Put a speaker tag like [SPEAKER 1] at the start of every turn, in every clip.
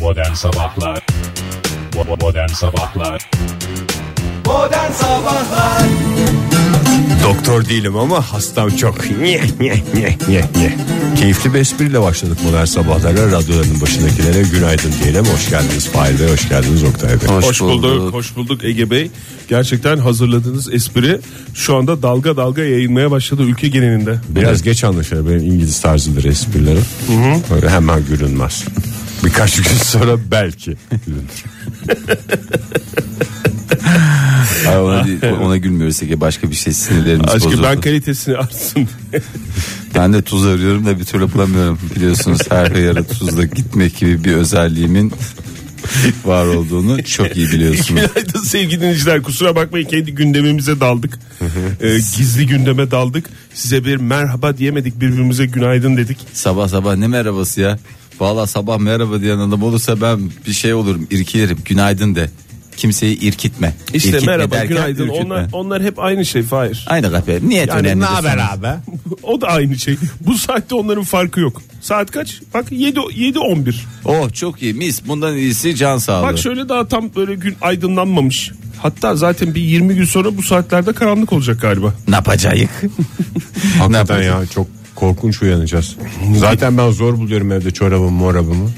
[SPEAKER 1] Modern Sabahlar Bo- Modern Sabahlar
[SPEAKER 2] Modern Sabahlar
[SPEAKER 3] Doktor değilim ama hastam çok. Nye, nye, nye, nye, nye. Keyifli bir espriyle başladık modern sabahlara. Radyoların başındakilere günaydın diyelim. Hoş geldiniz Fahir Bey, hoş geldiniz Oktay Bey.
[SPEAKER 4] Hoş bulduk, hoş bulduk Ege Bey. Gerçekten hazırladığınız espri şu anda dalga dalga yayılmaya başladı ülke genelinde.
[SPEAKER 3] Biraz geç anlaşılır benim İngiliz tarzıdır esprilerim. Öyle hemen gülünmez. Birkaç gün sonra belki gülünür.
[SPEAKER 5] Ay, ona, ona gülmüyoruz Ege başka bir şey sinirlerimiz
[SPEAKER 4] Aşkım
[SPEAKER 5] bozuldu.
[SPEAKER 4] ben
[SPEAKER 5] Ben...
[SPEAKER 4] kalitesini artsın.
[SPEAKER 5] de tuz arıyorum da bir türlü bulamıyorum biliyorsunuz her yere tuzla gitmek gibi bir özelliğimin var olduğunu çok iyi biliyorsunuz.
[SPEAKER 4] Günaydın sevgili dinleyiciler kusura bakmayın kendi gündemimize daldık. Ee, gizli gündeme daldık. Size bir merhaba diyemedik birbirimize günaydın dedik.
[SPEAKER 5] Sabah sabah ne merhabası ya? Valla sabah merhaba diyen adam olursa ben bir şey olurum irkilirim günaydın de. Kimseyi irkitme.
[SPEAKER 4] İşte
[SPEAKER 5] İrkitme
[SPEAKER 4] merhaba
[SPEAKER 5] derken
[SPEAKER 4] günaydın
[SPEAKER 5] ürkütme.
[SPEAKER 4] onlar, onlar hep aynı şey Fahir.
[SPEAKER 5] Aynı kafe niyet önemli. de sonuç.
[SPEAKER 3] abi?
[SPEAKER 4] o da aynı şey. Bu saatte onların farkı yok. Saat kaç? Bak 7 7 11.
[SPEAKER 5] Oh çok iyi mis bundan iyisi can sağlığı.
[SPEAKER 4] Bak şöyle daha tam böyle gün aydınlanmamış. Hatta zaten bir 20 gün sonra bu saatlerde karanlık olacak galiba.
[SPEAKER 5] Ne yapacağız? ne
[SPEAKER 3] Hakikaten
[SPEAKER 5] yapacağız?
[SPEAKER 3] ya çok korkunç uyanacağız. Zaten ben zor buluyorum evde çorabımı morabımı.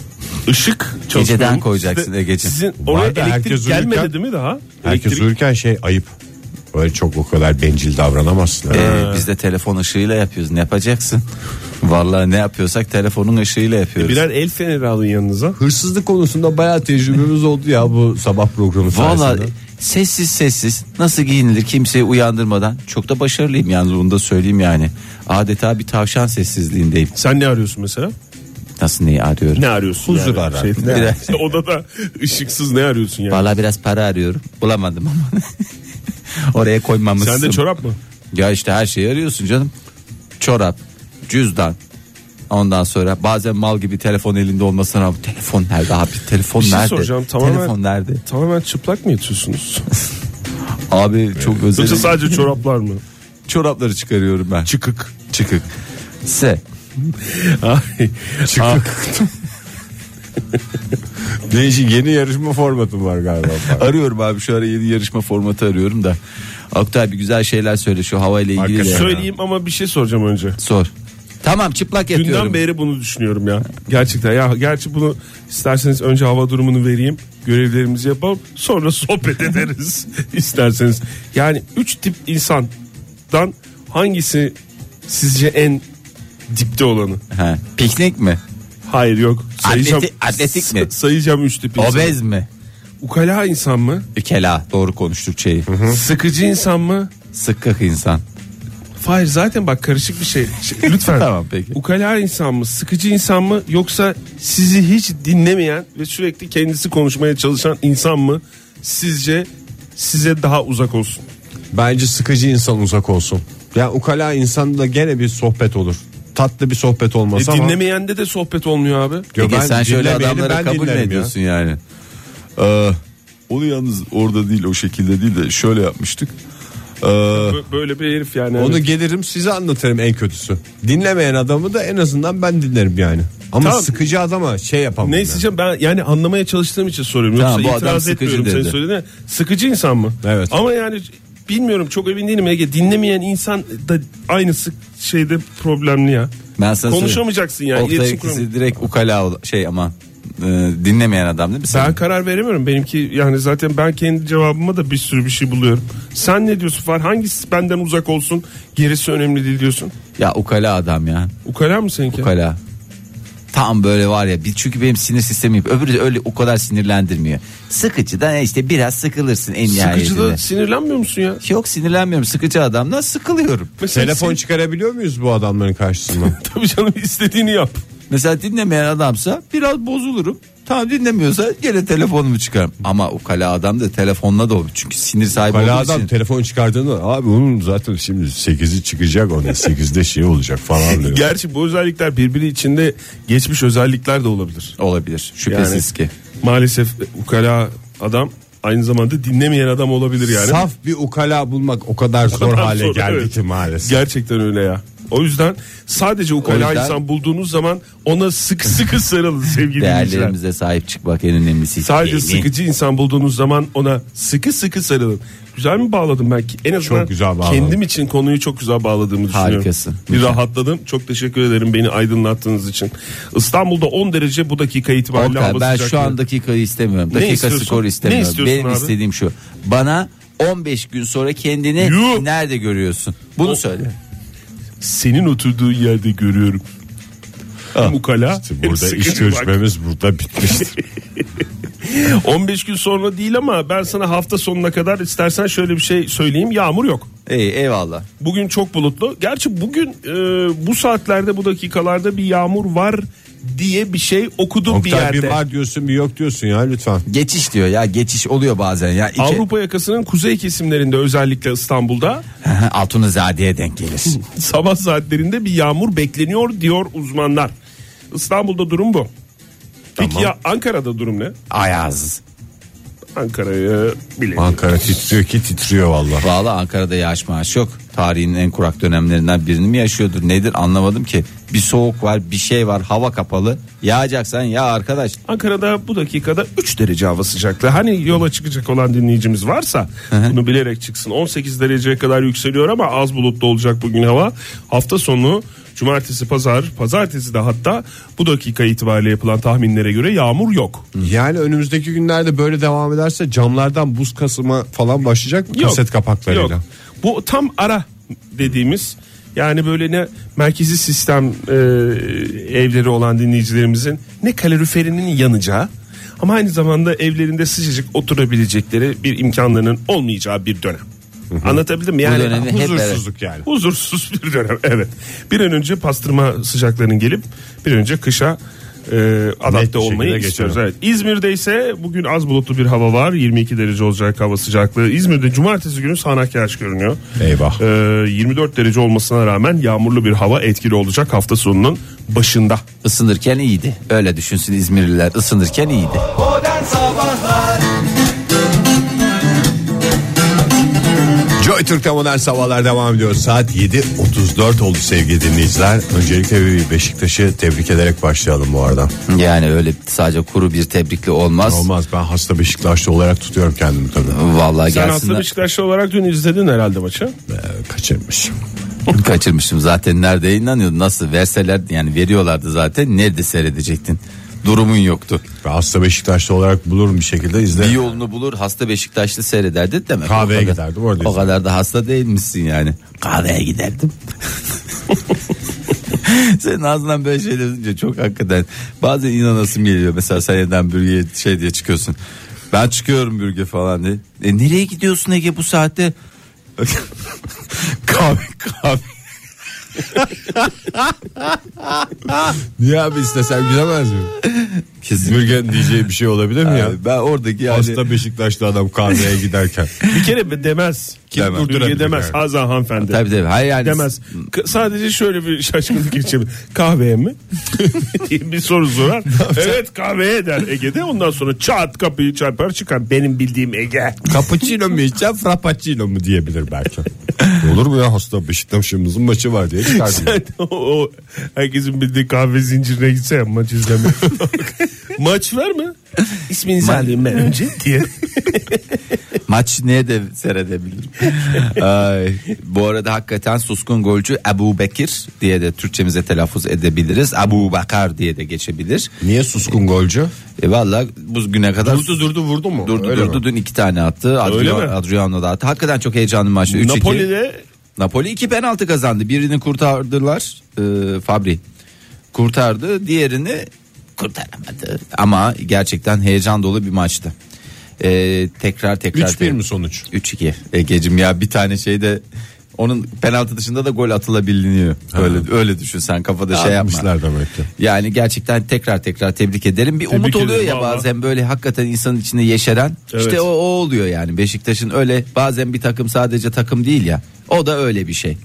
[SPEAKER 4] Işık
[SPEAKER 5] Geceden koyacaksın
[SPEAKER 4] e,
[SPEAKER 5] Ege'ciğim.
[SPEAKER 4] Sizin oraya
[SPEAKER 3] Var da
[SPEAKER 4] elektrik
[SPEAKER 3] herkes
[SPEAKER 4] gelmedi
[SPEAKER 3] uyurken-
[SPEAKER 4] değil mi daha?
[SPEAKER 3] Herkes
[SPEAKER 4] elektrik.
[SPEAKER 3] uyurken şey ayıp. Öyle çok o kadar bencil davranamazsın.
[SPEAKER 5] Ee, biz de telefon ışığıyla yapıyoruz. Ne yapacaksın? Vallahi ne yapıyorsak telefonun ışığıyla yapıyoruz.
[SPEAKER 4] Birer el feneri alın yanınıza.
[SPEAKER 3] Hırsızlık konusunda bayağı tecrübemiz oldu ya bu sabah programı
[SPEAKER 5] Vallahi sessiz sessiz nasıl giyinilir kimseyi uyandırmadan çok da başarılıyım yalnız bunu da söyleyeyim yani. Adeta bir tavşan sessizliğindeyim.
[SPEAKER 4] Sen ne arıyorsun mesela?
[SPEAKER 5] Nasıl neyi arıyorum?
[SPEAKER 4] Ne arıyorsun?
[SPEAKER 3] Huzur
[SPEAKER 4] yani?
[SPEAKER 3] arar.
[SPEAKER 4] Şey-
[SPEAKER 3] Ne
[SPEAKER 5] arar?
[SPEAKER 4] İşte odada ışıksız ne arıyorsun yani?
[SPEAKER 5] Vallahi biraz para arıyorum. Bulamadım ama. Oraya koymamışsın.
[SPEAKER 4] Sen de çorap mı?
[SPEAKER 5] Ya işte her şeyi arıyorsun canım. Çorap, cüzdan. Ondan sonra bazen mal gibi telefon elinde olmasına rağmen telefon nerede abi? Telefon
[SPEAKER 4] Bir şey
[SPEAKER 5] nerede?
[SPEAKER 4] soracağım, tamamen-
[SPEAKER 5] telefon nerede?
[SPEAKER 4] Tamamen çıplak mı yatıyorsunuz?
[SPEAKER 5] Abi çok
[SPEAKER 4] Yoksa
[SPEAKER 5] özel.
[SPEAKER 4] sadece çoraplar mı?
[SPEAKER 5] çorapları çıkarıyorum ben.
[SPEAKER 4] Çıkık.
[SPEAKER 5] çıkık. S.
[SPEAKER 4] Ay, ah,
[SPEAKER 3] Değişik yeni yarışma formatım var galiba.
[SPEAKER 5] Arıyorum abi şu ara yeni yarışma formatı arıyorum da. Oktay bir güzel şeyler söyle şu havayla ilgili. de.
[SPEAKER 3] Hakikaten.
[SPEAKER 4] söyleyeyim ama bir şey soracağım önce.
[SPEAKER 5] Sor. Tamam çıplak yatıyorum.
[SPEAKER 4] Dünden beri bunu düşünüyorum ya. Gerçekten ya gerçi bunu isterseniz önce hava durumunu vereyim. Görevlerimizi yapalım. Sonra sohbet ederiz isterseniz. Yani üç tip insandan hangisi sizce en dipte olanı?
[SPEAKER 5] He. Piknik mi?
[SPEAKER 4] Hayır yok.
[SPEAKER 5] Atleti- atletik mi?
[SPEAKER 4] Sayacağım üç tip insan.
[SPEAKER 5] Obez mi?
[SPEAKER 4] Ukala insan mı?
[SPEAKER 5] Ükela doğru konuştuk şeyi.
[SPEAKER 4] Sıkıcı insan mı?
[SPEAKER 5] Sıkkak insan.
[SPEAKER 4] Hayır zaten bak karışık bir şey. Şey, Lütfen.
[SPEAKER 5] Tamam, peki.
[SPEAKER 4] Ukala insan mı, sıkıcı insan mı yoksa sizi hiç dinlemeyen ve sürekli kendisi konuşmaya çalışan insan mı sizce size daha uzak olsun?
[SPEAKER 3] Bence sıkıcı insan uzak olsun. Ya ukala insan da gene bir sohbet olur. Tatlı bir sohbet
[SPEAKER 4] E,
[SPEAKER 3] olmaz ama.
[SPEAKER 4] dinlemeyende de sohbet olmuyor abi.
[SPEAKER 3] Yo,
[SPEAKER 5] Ege
[SPEAKER 3] ben
[SPEAKER 5] sen şöyle
[SPEAKER 3] dinlemeyeni
[SPEAKER 5] adamlara
[SPEAKER 3] ben
[SPEAKER 5] kabul ne
[SPEAKER 3] dinlerim ya.
[SPEAKER 5] ediyorsun yani? onu yalnız orada değil o şekilde değil de şöyle yapmıştık.
[SPEAKER 4] Bö- Böyle bir herif yani. Hani
[SPEAKER 3] Onu gelirim size anlatırım en kötüsü. Dinlemeyen adamı da en azından ben dinlerim yani. Ama
[SPEAKER 4] Tamam.
[SPEAKER 3] sıkıcı adama şey yapamam.
[SPEAKER 4] Neyse
[SPEAKER 3] yani.
[SPEAKER 4] canım, ben yani anlamaya çalıştığım için soruyorum.
[SPEAKER 5] Tamam,
[SPEAKER 4] Yoksa
[SPEAKER 5] bu adam
[SPEAKER 4] itiraz
[SPEAKER 5] sıkıcı
[SPEAKER 4] etmiyorum senin
[SPEAKER 5] dedi.
[SPEAKER 4] söylediğine. Sıkıcı insan mı?
[SPEAKER 3] Evet.
[SPEAKER 4] Ama yani bilmiyorum çok emin değilim Ege. Dinlemeyen insan da aynı sık şeyde problemli ya.
[SPEAKER 5] Ben sana
[SPEAKER 4] Konuşamayacaksın
[SPEAKER 5] söyleyeyim.
[SPEAKER 4] yani.
[SPEAKER 5] Oktay
[SPEAKER 4] iletişim
[SPEAKER 5] ikisi
[SPEAKER 4] kuramıyorsun.
[SPEAKER 5] direkt ukala ol- şey ama e, dinlemeyen adam değil mi? sen?
[SPEAKER 4] Ben karar veremiyorum. Benimki yani zaten ben kendi cevabıma da bir sürü bir şey buluyorum. Sen ne diyorsun Far? Hangisi benden uzak olsun? Gerisi önemli değil diyorsun.
[SPEAKER 5] Ya ukala adam ya.
[SPEAKER 4] Ukala mı seninki?
[SPEAKER 5] Ukala. Tam böyle var ya bir- çünkü benim sinir sistemim öbürü de öyle o kadar sinirlendirmiyor. Sıkıcı da e işte biraz sıkılırsın en
[SPEAKER 4] Sıkıcı
[SPEAKER 5] nihayetinde.
[SPEAKER 4] da sinirlenmiyor musun ya?
[SPEAKER 5] Yok sinirlenmiyorum sıkıcı adamdan sıkılıyorum.
[SPEAKER 4] Mesela
[SPEAKER 3] Telefon
[SPEAKER 4] sen-
[SPEAKER 3] çıkarabiliyor muyuz bu adamların karşısından?
[SPEAKER 4] tabii canım istediğini yap.
[SPEAKER 5] Mesela dinlemeyen adamsa biraz bozulurum. Tam dinlemiyorsa gene telefonumu çıkarım. Ama ukala adam da telefonla da olur. Çünkü sinir sahibi
[SPEAKER 3] Ukala
[SPEAKER 5] olduğu
[SPEAKER 3] adam
[SPEAKER 5] için.
[SPEAKER 3] telefon çıkardığında abi onun zaten şimdi 8'i çıkacak ona 8'de şey olacak falan diyor.
[SPEAKER 4] Gerçi bu özellikler birbiri içinde geçmiş özellikler de olabilir.
[SPEAKER 5] Olabilir
[SPEAKER 4] Yani
[SPEAKER 5] şüphesiz ki.
[SPEAKER 4] maalesef ukala adam aynı zamanda dinlemeyen adam olabilir yani.
[SPEAKER 3] Saf bir ukala bulmak o kadar zor
[SPEAKER 4] kadar
[SPEAKER 3] hale
[SPEAKER 4] zor,
[SPEAKER 3] geldi
[SPEAKER 4] evet.
[SPEAKER 3] ki maalesef.
[SPEAKER 4] Gerçekten öyle ya. O yüzden sadece ukala
[SPEAKER 5] yüzden-
[SPEAKER 4] insan bulduğunuz zaman ona sıkı sıkı sarılın sevgili dinleyiciler.
[SPEAKER 5] Değerlerimize sahip çıkmak en önemlisi.
[SPEAKER 4] Sadece
[SPEAKER 5] Yeni.
[SPEAKER 4] sıkıcı insan bulduğunuz zaman ona sıkı sıkı sarılın. Güzel mi bağladım ben? En azından
[SPEAKER 3] Çok güzel bağladın.
[SPEAKER 4] kendim için konuyu çok güzel bağladığımı düşünüyorum.
[SPEAKER 5] Harikasın.
[SPEAKER 4] Bir rahatladım. Çok teşekkür ederim beni aydınlattığınız için. İstanbul'da 10 derece bu dakika itibariyle
[SPEAKER 5] Oktay,
[SPEAKER 4] hava
[SPEAKER 5] ben
[SPEAKER 4] sıcaklığı.
[SPEAKER 5] şu an dakikayı istemiyorum.
[SPEAKER 4] Ne
[SPEAKER 5] Dakika
[SPEAKER 4] istiyorsun?
[SPEAKER 5] skor
[SPEAKER 4] Ne
[SPEAKER 5] istemiyorum.
[SPEAKER 4] istiyorsun
[SPEAKER 5] Benim
[SPEAKER 4] abi?
[SPEAKER 5] istediğim şu. Bana 15 gün sonra kendini
[SPEAKER 4] Yuh!
[SPEAKER 5] nerede görüyorsun? Bunu
[SPEAKER 4] O-
[SPEAKER 5] söyle.
[SPEAKER 4] senin oturduğun yerde görüyorum. Hem ukala.
[SPEAKER 3] İşte
[SPEAKER 4] hem
[SPEAKER 3] Burada
[SPEAKER 4] sıkıcı
[SPEAKER 3] iş görüşmemiz burada bitmişti.
[SPEAKER 4] bak. 15 gün sonra değil ama ben sana hafta sonuna kadar istersen şöyle bir şey söyleyeyim. Yağmur yok.
[SPEAKER 5] İyi eyvallah.
[SPEAKER 4] Bugün çok bulutlu. Gerçi bugün e, bu saatlerde bu dakikalarda bir yağmur var diye bir şey okudum bir
[SPEAKER 3] Oktay
[SPEAKER 4] yerde.
[SPEAKER 3] bir var diyorsun bir yok diyorsun ya lütfen.
[SPEAKER 5] Geçiş diyor ya geçiş oluyor bazen ya. İki,
[SPEAKER 4] Avrupa yakasının kuzey kesimlerinde özellikle İstanbul'da
[SPEAKER 5] Altunizade denk gelir.
[SPEAKER 4] sabah saatlerinde bir yağmur bekleniyor diyor uzmanlar. İstanbul'da durum bu. Peki ya Ankara'da durum ne?
[SPEAKER 5] Ayaz.
[SPEAKER 4] Ankara'yı bile.
[SPEAKER 3] Ankara titriyor ki titriyor valla.
[SPEAKER 5] Valla Ankara'da yağış maaş yok. Tarihin en kurak dönemlerinden birini mi yaşıyordur nedir anlamadım ki. Bir soğuk var bir şey var hava kapalı. Yağacaksan ya arkadaş.
[SPEAKER 4] Ankara'da bu dakikada 3 derece hava sıcaklığı. Hani yola çıkacak olan dinleyicimiz varsa bunu bilerek çıksın. 18 dereceye kadar yükseliyor ama az bulutlu olacak bugün hava. Hafta sonu cumartesi pazar pazartesi de hatta bu dakika itibariyle yapılan tahminlere göre yağmur yok.
[SPEAKER 3] Yani önümüzdeki günlerde böyle devam ederse camlardan buz kasıma falan başlayacak mı?
[SPEAKER 4] Yok.
[SPEAKER 3] Kaset kapaklarıyla.
[SPEAKER 4] Yok. Bu tam ara dediğimiz yani böyle ne merkezi sistem e, evleri olan dinleyicilerimizin ne kaloriferinin yanacağı ama aynı zamanda evlerinde sıcacık oturabilecekleri bir imkanlarının olmayacağı bir dönem. Anlatabildim mi? Yani
[SPEAKER 5] dönemi hep
[SPEAKER 3] Huzursuzluk yani.
[SPEAKER 4] Huzursuz bir dönem evet. Bir an önce pastırma sıcaklarının gelip bir an önce kışa e,
[SPEAKER 3] Net bir
[SPEAKER 4] adapte olmayı
[SPEAKER 3] şekilde
[SPEAKER 4] istiyoruz.
[SPEAKER 3] geçelim.
[SPEAKER 4] Evet. İzmir'de ise bugün az bulutlu bir hava var. 22 derece olacak hava sıcaklığı. İzmir'de cumartesi günü sağanak yağış görünüyor.
[SPEAKER 3] Eyvah.
[SPEAKER 4] E, 24 derece olmasına rağmen yağmurlu bir hava etkili olacak hafta sonunun başında.
[SPEAKER 5] Isınırken iyiydi. Öyle düşünsün İzmirliler ısınırken iyiydi.
[SPEAKER 2] Modern Sabahlar
[SPEAKER 3] Joy Türk'te modern sabahlar devam ediyor. Saat 7.34 oldu sevgili dinleyiciler. Öncelikle bir Beşiktaş'ı tebrik ederek başlayalım bu arada.
[SPEAKER 5] Yani öyle sadece kuru bir tebrikli olmaz.
[SPEAKER 3] Olmaz ben hasta Beşiktaşlı olarak tutuyorum kendimi tabii.
[SPEAKER 5] Vallahi
[SPEAKER 4] Sen
[SPEAKER 5] gelsinler.
[SPEAKER 4] hasta Beşiktaşlı olarak dün izledin herhalde maçı.
[SPEAKER 3] Ee, kaçırmış.
[SPEAKER 5] Kaçırmışım zaten nerede yayınlanıyordu nasıl verseler yani veriyorlardı zaten nerede seyredecektin durumun yoktu.
[SPEAKER 3] Ve hasta Beşiktaşlı olarak bulurum bir şekilde izlerim.
[SPEAKER 5] Bir yolunu bulur hasta Beşiktaşlı seyrederdi demek.
[SPEAKER 3] Kahveye
[SPEAKER 5] O kadar-
[SPEAKER 3] giderdim, orada
[SPEAKER 5] O
[SPEAKER 3] izlerdim.
[SPEAKER 5] kadar da hasta değilmişsin yani. Kahveye giderdim. Senin ağzından böyle şeyler duyunca çok hakikaten bazen inanasım geliyor. Mesela sen evden bürgeye şey diye çıkıyorsun. Ben çıkıyorum bürge falan diye. E, nereye gidiyorsun Ege bu saatte? kahve kahve.
[SPEAKER 3] Niye abi istesen gidemez mi?
[SPEAKER 5] Kesin.
[SPEAKER 3] Bürgen diyeceği bir şey olabilir mi ya?
[SPEAKER 5] Abi ben oradaki yani
[SPEAKER 3] Hasta Beşiktaşlı adam kahveye giderken.
[SPEAKER 4] Bir kere be- demez. Kim
[SPEAKER 3] Demez.
[SPEAKER 4] durdurabilir demez.
[SPEAKER 3] Yani.
[SPEAKER 4] Hazan hanımefendi.
[SPEAKER 5] Tabii tabii. Hayır yani
[SPEAKER 4] demez. K- sadece şöyle bir şaşkınlık geçebilir. Kahveye mi? diye bir soru sorar. evet kahveye der Ege'de. Ondan sonra çat kapıyı çarpar çıkar. Benim bildiğim Ege.
[SPEAKER 3] Cappuccino mu içeceğim frappuccino mu diyebilir belki. Olur mu ya hasta Beşiktaş'ımızın maçı var diye çıkardım.
[SPEAKER 4] Sen o, o herkesin bildiği kahve zincirine gitse ya, maç izleme. maç var mı? İsminizi alayım ben önce diye.
[SPEAKER 5] Maç neye de seyredebilirim. Ay, bu arada hakikaten suskun golcü Ebu Bekir diye de Türkçemize telaffuz edebiliriz. Ebu Bakar diye de geçebilir.
[SPEAKER 3] Niye suskun golcü?
[SPEAKER 5] E valla bu güne kadar...
[SPEAKER 3] Durdu durdu vurdu mu?
[SPEAKER 5] Durdu
[SPEAKER 3] Öyle
[SPEAKER 5] durdu
[SPEAKER 3] mi?
[SPEAKER 5] dün iki tane attı.
[SPEAKER 4] Öyle
[SPEAKER 5] Adriano,
[SPEAKER 4] mi?
[SPEAKER 5] Adriano da attı. Hakikaten çok heyecanlı maçtı. 3-2.
[SPEAKER 4] Napoli'de
[SPEAKER 5] Napoli iki penaltı kazandı. Birini kurtardılar. e, Fabri kurtardı. Diğerini kurtaramadı. Ama gerçekten heyecan dolu bir maçtı. E, tekrar tekrar.
[SPEAKER 3] 3-1 mi sonuç?
[SPEAKER 5] 3-2 Ege'cim ya bir tane şeyde onun penaltı dışında da gol atılabiliyor. Öyle öyle düşün sen kafada şey yapma.
[SPEAKER 3] Yapmışlar demek ki.
[SPEAKER 5] Yani gerçekten tekrar tekrar tebrik ederim. Bir umut oluyor
[SPEAKER 4] ederim
[SPEAKER 5] ya
[SPEAKER 4] valla.
[SPEAKER 5] bazen böyle hakikaten insanın içinde yeşeren.
[SPEAKER 4] Evet.
[SPEAKER 5] İşte o, o oluyor yani Beşiktaş'ın öyle bazen bir takım sadece takım değil ya. O da öyle bir şey.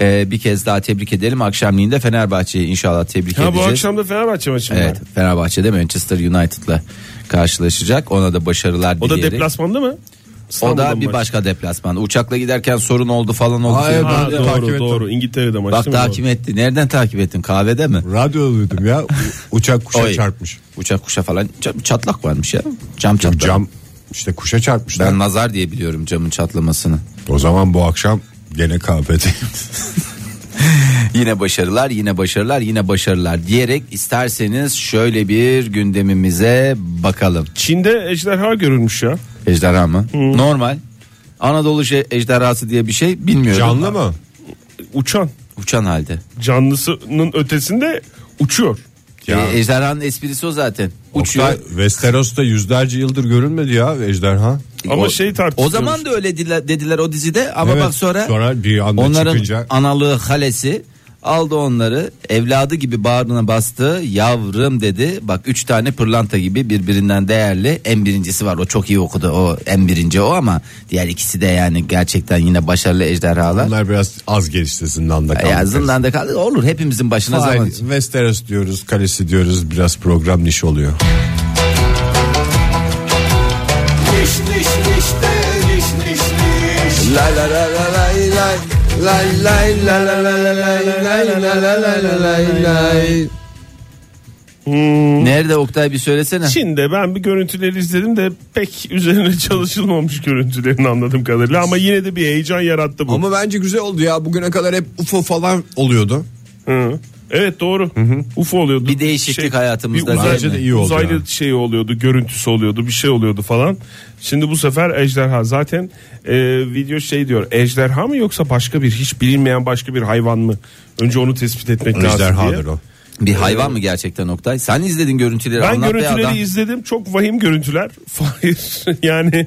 [SPEAKER 5] Ee, bir kez daha tebrik edelim. Akşamleyin de Fenerbahçe'yi inşallah tebrik
[SPEAKER 4] ha bu
[SPEAKER 5] edeceğiz.
[SPEAKER 4] akşam da Fenerbahçe maçı mı
[SPEAKER 5] Evet
[SPEAKER 4] var?
[SPEAKER 5] Fenerbahçe'de Manchester United'la karşılaşacak. Ona da başarılar
[SPEAKER 4] O da
[SPEAKER 5] dileyerek.
[SPEAKER 4] deplasmanda mı?
[SPEAKER 5] O
[SPEAKER 4] İstanbul'dan
[SPEAKER 5] da bir
[SPEAKER 4] maç.
[SPEAKER 5] başka deplasman. Uçakla giderken sorun oldu falan oldu.
[SPEAKER 3] Hayır,
[SPEAKER 5] filan.
[SPEAKER 3] ben
[SPEAKER 4] Ha,
[SPEAKER 3] de
[SPEAKER 4] doğru
[SPEAKER 3] takip ettim.
[SPEAKER 4] doğru İngiltere'de maç
[SPEAKER 5] Bak
[SPEAKER 4] değil mi?
[SPEAKER 5] takip etti. Nereden takip ettin? Kahvede mi?
[SPEAKER 3] Radyo duydum ya. U- Uçak kuşa
[SPEAKER 5] Oy.
[SPEAKER 3] çarpmış.
[SPEAKER 5] Uçak kuşa falan Ç- çatlak varmış ya. Cam çatlak.
[SPEAKER 3] Cam işte kuşa çarpmışlar.
[SPEAKER 5] Ben nazar diye biliyorum camın çatlamasını.
[SPEAKER 3] O zaman bu akşam gene kahvede.
[SPEAKER 5] Yine başarılar, yine başarılar, yine başarılar diyerek isterseniz şöyle bir gündemimize bakalım.
[SPEAKER 4] Çin'de ejderha görülmüş ya.
[SPEAKER 5] Ejderha mı? Normal. Anadolu je- ejderhası diye bir şey bilmiyorum.
[SPEAKER 3] Canlı mı?
[SPEAKER 4] Uçan.
[SPEAKER 5] Uçan halde.
[SPEAKER 4] Canlısının ötesinde uçuyor.
[SPEAKER 3] Ya.
[SPEAKER 5] E, ejderhanın esprisi o zaten. Uçuyor.
[SPEAKER 3] Oktay, Westeros'ta yüzlerce yıldır görülmedi ya ejderha.
[SPEAKER 4] Ama
[SPEAKER 5] O-
[SPEAKER 4] şey
[SPEAKER 5] O
[SPEAKER 4] tartışılıyor.
[SPEAKER 5] zaman da öyle dile- dediler o dizide ama
[SPEAKER 3] Evet,
[SPEAKER 5] bak sonra,
[SPEAKER 3] sonra bir anda
[SPEAKER 5] onların
[SPEAKER 3] çıkınca-
[SPEAKER 5] analığı halesi aldı onları evladı gibi bağrına bastı yavrum dedi bak üç tane pırlanta gibi birbirinden değerli en birincisi var o çok iyi okudu o en birinci o ama diğer ikisi de yani gerçekten yine başarılı ejderhalar
[SPEAKER 3] Bunlar biraz az gelişti zindanda kaldı.
[SPEAKER 5] ya da kaldı olur hepimizin başına
[SPEAKER 3] Hayır,
[SPEAKER 5] zaman
[SPEAKER 3] Westeros diyoruz, kalesi diyoruz. Biraz program niş oluyor.
[SPEAKER 2] Diş diş diş de diş diş diş.
[SPEAKER 5] La la la la lay lay. Lay lay la la la la lay lay la la la la lay lay. Nerede Oktay bir söylesene.
[SPEAKER 4] Çin'de ben bir görüntüleri izledim de pek üzerine çalışılmamış görüntülerini anladığım kadarıyla ama yine de bir heyecan yarattı bu.
[SPEAKER 3] Ama bence güzel oldu ya. Bugüne kadar hep UFO falan oluyordu.
[SPEAKER 4] Hı. Evet doğru. UFO oluyordu. Şey,
[SPEAKER 5] Bir değişiklik hayatımızda
[SPEAKER 4] Bir
[SPEAKER 5] değil
[SPEAKER 4] uzaylı,
[SPEAKER 5] mi?
[SPEAKER 3] İyi oldu
[SPEAKER 4] uzaylı
[SPEAKER 3] yani.
[SPEAKER 4] şey oluyordu, görüntüsü oluyordu, bir şey oluyordu falan. Şimdi bu sefer ejderha zaten e, video şey diyor. Ejderha mı yoksa başka bir hiç bilinmeyen başka bir hayvan mı? Önce onu tespit etmek lazım diye.
[SPEAKER 3] Ejderhadır o.
[SPEAKER 5] Bir hayvan mı gerçekten Oktay? Sen izledin görüntüleri
[SPEAKER 4] Ben
[SPEAKER 5] Ee, anlat be
[SPEAKER 4] görüntüleri
[SPEAKER 5] adam.
[SPEAKER 4] izledim. Çok vahim görüntüler. Hayır. yani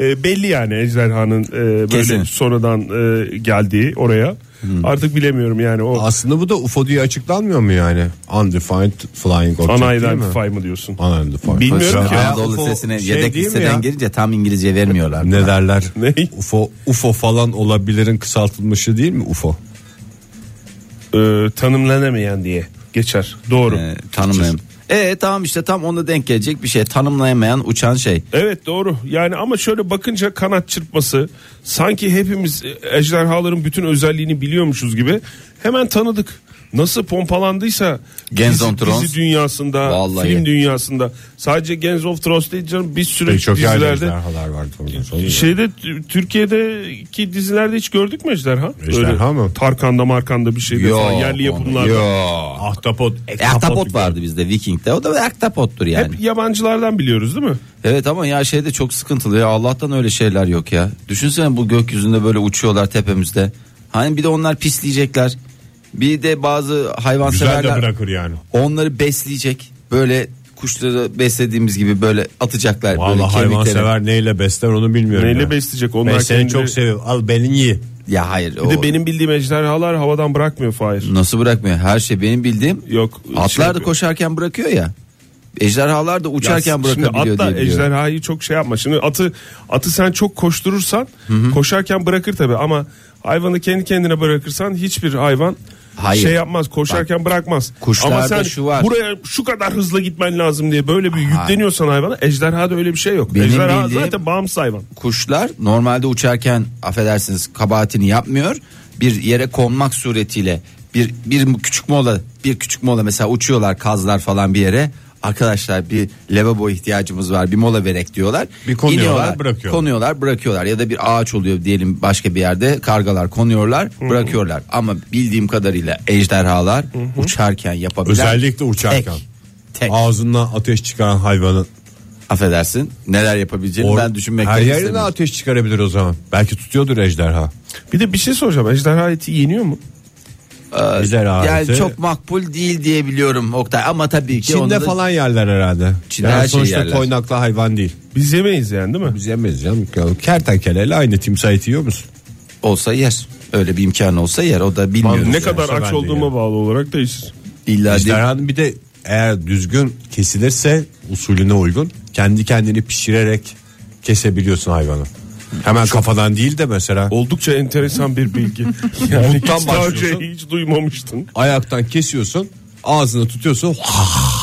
[SPEAKER 4] e, belli yani ejderhanın e, böyle
[SPEAKER 5] Kesin. Hmm.
[SPEAKER 4] sonradan e, geldiği oraya. Artık bilemiyorum yani o
[SPEAKER 3] Aslında bu da UFO diye açıklanmıyor mu yani? Undefined Flying Object değil mi?
[SPEAKER 4] unidentified mı diyorsun?
[SPEAKER 3] Unidentified.
[SPEAKER 4] Bilmiyorum ki.
[SPEAKER 3] Ya
[SPEAKER 5] Anadolu
[SPEAKER 3] UFO
[SPEAKER 5] sesine
[SPEAKER 3] şey
[SPEAKER 5] yedek
[SPEAKER 3] değil mi
[SPEAKER 5] listeden
[SPEAKER 3] ya?
[SPEAKER 5] girince tam İngilizce vermiyorlar.
[SPEAKER 3] Ne derler?
[SPEAKER 4] Ne?
[SPEAKER 3] UFO UFO falan olabilirin kısaltılmışı değil mi UFO?
[SPEAKER 4] e, tanımlanamayan diye geçer. Doğru.
[SPEAKER 5] Ee, tanımlayam. E tamam işte tam ona denk gelecek bir şey tanımlayamayan uçan şey.
[SPEAKER 4] Evet doğru. Yani ama şöyle bakınca kanat çırpması sanki hepimiz e, ejderhaların bütün özelliğini biliyormuşuz gibi hemen tanıdık. Nasıl pompalandıysa
[SPEAKER 5] Gens
[SPEAKER 4] dizi,
[SPEAKER 5] of Thrones.
[SPEAKER 4] dizi dünyasında,
[SPEAKER 5] Vallahi.
[SPEAKER 4] film dünyasında sadece Gens of Thrones değil canım bir sürü
[SPEAKER 3] Pek çok yerde
[SPEAKER 4] dizilerde
[SPEAKER 3] ejderhalar vardı. ondan sonra.
[SPEAKER 4] şeyde t- Türkiye'deki dizilerde hiç gördük mı ejderha?
[SPEAKER 3] Ejderha
[SPEAKER 4] Öyle
[SPEAKER 3] mı?
[SPEAKER 4] Tarkan'da, Markan'da bir şeyde falan yerli yapımlarda.
[SPEAKER 5] Yo.
[SPEAKER 3] Ahtapot.
[SPEAKER 5] E, ahtapot vardı bizde Viking'de. O da bir ahtapottur yani.
[SPEAKER 4] Hep yabancılardan biliyoruz değil mi?
[SPEAKER 5] Evet ama ya şey de çok sıkıntılı ya. Allah'tan öyle şeyler yok ya. Düşünsene bu gökyüzünde böyle uçuyorlar tepemizde. Hani bir de onlar pisleyecekler. Bir de bazı
[SPEAKER 3] Güzel de
[SPEAKER 5] hayvanseverler
[SPEAKER 3] bırakır yani.
[SPEAKER 5] onları besleyecek. Böyle kuşları beslediğimiz gibi böyle atacaklar böyle
[SPEAKER 3] Vallahi hayvan
[SPEAKER 5] kemikleri.
[SPEAKER 3] sever neyle besler onu bilmiyorum.
[SPEAKER 4] Neyle
[SPEAKER 3] ya.
[SPEAKER 4] besleyecek? Onlar
[SPEAKER 3] Ben seni
[SPEAKER 4] kendileri-
[SPEAKER 3] çok seviyorum. Al beni ye.
[SPEAKER 5] Ya hayır
[SPEAKER 4] Bir
[SPEAKER 5] o
[SPEAKER 4] de benim bildiğim ejderhalar havadan bırakmıyor Fahir.
[SPEAKER 5] nasıl bırakmıyor? Her şey benim bildiğim.
[SPEAKER 4] Yok. şey
[SPEAKER 5] Atlar da
[SPEAKER 4] yapıyor.
[SPEAKER 5] koşarken bırakıyor ya. Ejderhalar da uçarken
[SPEAKER 4] Ya şimdi
[SPEAKER 5] bırakabiliyor
[SPEAKER 4] atla
[SPEAKER 5] diye biliyorum.
[SPEAKER 4] ejderhayı çok şey yapma. Şimdi atı atı sen çok koşturursan koşarken bırakır tabi ama hayvanı kendi kendine bırakırsan hiçbir hayvan
[SPEAKER 5] Hayır.
[SPEAKER 4] şey yapmaz. Koşarken bırakmaz.
[SPEAKER 5] kuşlarda
[SPEAKER 4] ama sen
[SPEAKER 5] şu var.
[SPEAKER 4] buraya şu kadar hızlı gitmen lazım diye böyle bir yükleniyorsan hayvana ejderhada öyle bir şey yok.
[SPEAKER 5] Benim
[SPEAKER 4] Ejderha
[SPEAKER 5] bildiğim-
[SPEAKER 4] zaten bağımsız hayvan.
[SPEAKER 5] kuşlar normalde uçarken affedersiniz kabahatini yapmıyor. Bir yere konmak suretiyle bir bir küçük mola bir küçük mola mesela uçuyorlar kazlar falan bir yere. Arkadaşlar bir lavabo ihtiyacımız var bir mola verek diyorlar.
[SPEAKER 3] Bir konuyorlar,
[SPEAKER 5] İniyorlar,
[SPEAKER 3] bırakıyorlar.
[SPEAKER 5] Konuyorlar bırakıyorlar ya da bir ağaç oluyor diyelim başka bir yerde kargalar konuyorlar bırakıyorlar. Ama bildiğim kadarıyla ejderhalar uçarken yapabilen
[SPEAKER 3] Özellikle uçarken.
[SPEAKER 5] tek, tek
[SPEAKER 3] Ağzından ateş çıkaran hayvanın.
[SPEAKER 5] affedersin neler yapabileceğini
[SPEAKER 3] Or-
[SPEAKER 5] ben düşünmekten
[SPEAKER 3] Her yerine
[SPEAKER 5] istemiyorum.
[SPEAKER 3] ateş çıkarabilir o zaman. Belki tutuyordur ejderha.
[SPEAKER 4] Bir de bir şey soracağım. Ejderha eti yeniyor mu?
[SPEAKER 3] Ejderha
[SPEAKER 5] Ee, Yani
[SPEAKER 3] eti.
[SPEAKER 5] çok makbul değil diye biliyorum Oktay ama tabii ki onu
[SPEAKER 3] Çin'de
[SPEAKER 5] da-
[SPEAKER 3] falan yerler herhalde.
[SPEAKER 5] Çin'de
[SPEAKER 3] yani
[SPEAKER 5] her şeyi
[SPEAKER 3] sonuçta
[SPEAKER 5] yerler.
[SPEAKER 3] koynaklı hayvan değil.
[SPEAKER 4] Biz yemeyiz yani değil mi?
[SPEAKER 3] Biz yemeyiz canım. Kertenkeleyle aynı timsah eti yiyor musun?
[SPEAKER 5] olsa yer. Öyle bir imkan olsa yer. O da bilmiyoruz.
[SPEAKER 4] Ne
[SPEAKER 5] yani.
[SPEAKER 4] kadar
[SPEAKER 3] ben
[SPEAKER 4] aç
[SPEAKER 3] de
[SPEAKER 4] olduğuma
[SPEAKER 3] yerim.
[SPEAKER 4] bağlı olarak değişir.
[SPEAKER 5] İlla değil.
[SPEAKER 3] Ejderhanın bir de eğer düzgün kesilirse usulüne uygun kendi kendini pişirerek kesebiliyorsun hayvanı. Hemen kafadan değil de mesela
[SPEAKER 4] Oldukça enteresan bir bilgi. yani hiç daha önce
[SPEAKER 3] başlıyorsun.
[SPEAKER 4] hiç duymamıştım.
[SPEAKER 3] ayaktan kesiyorsun ağzına tutuyorsun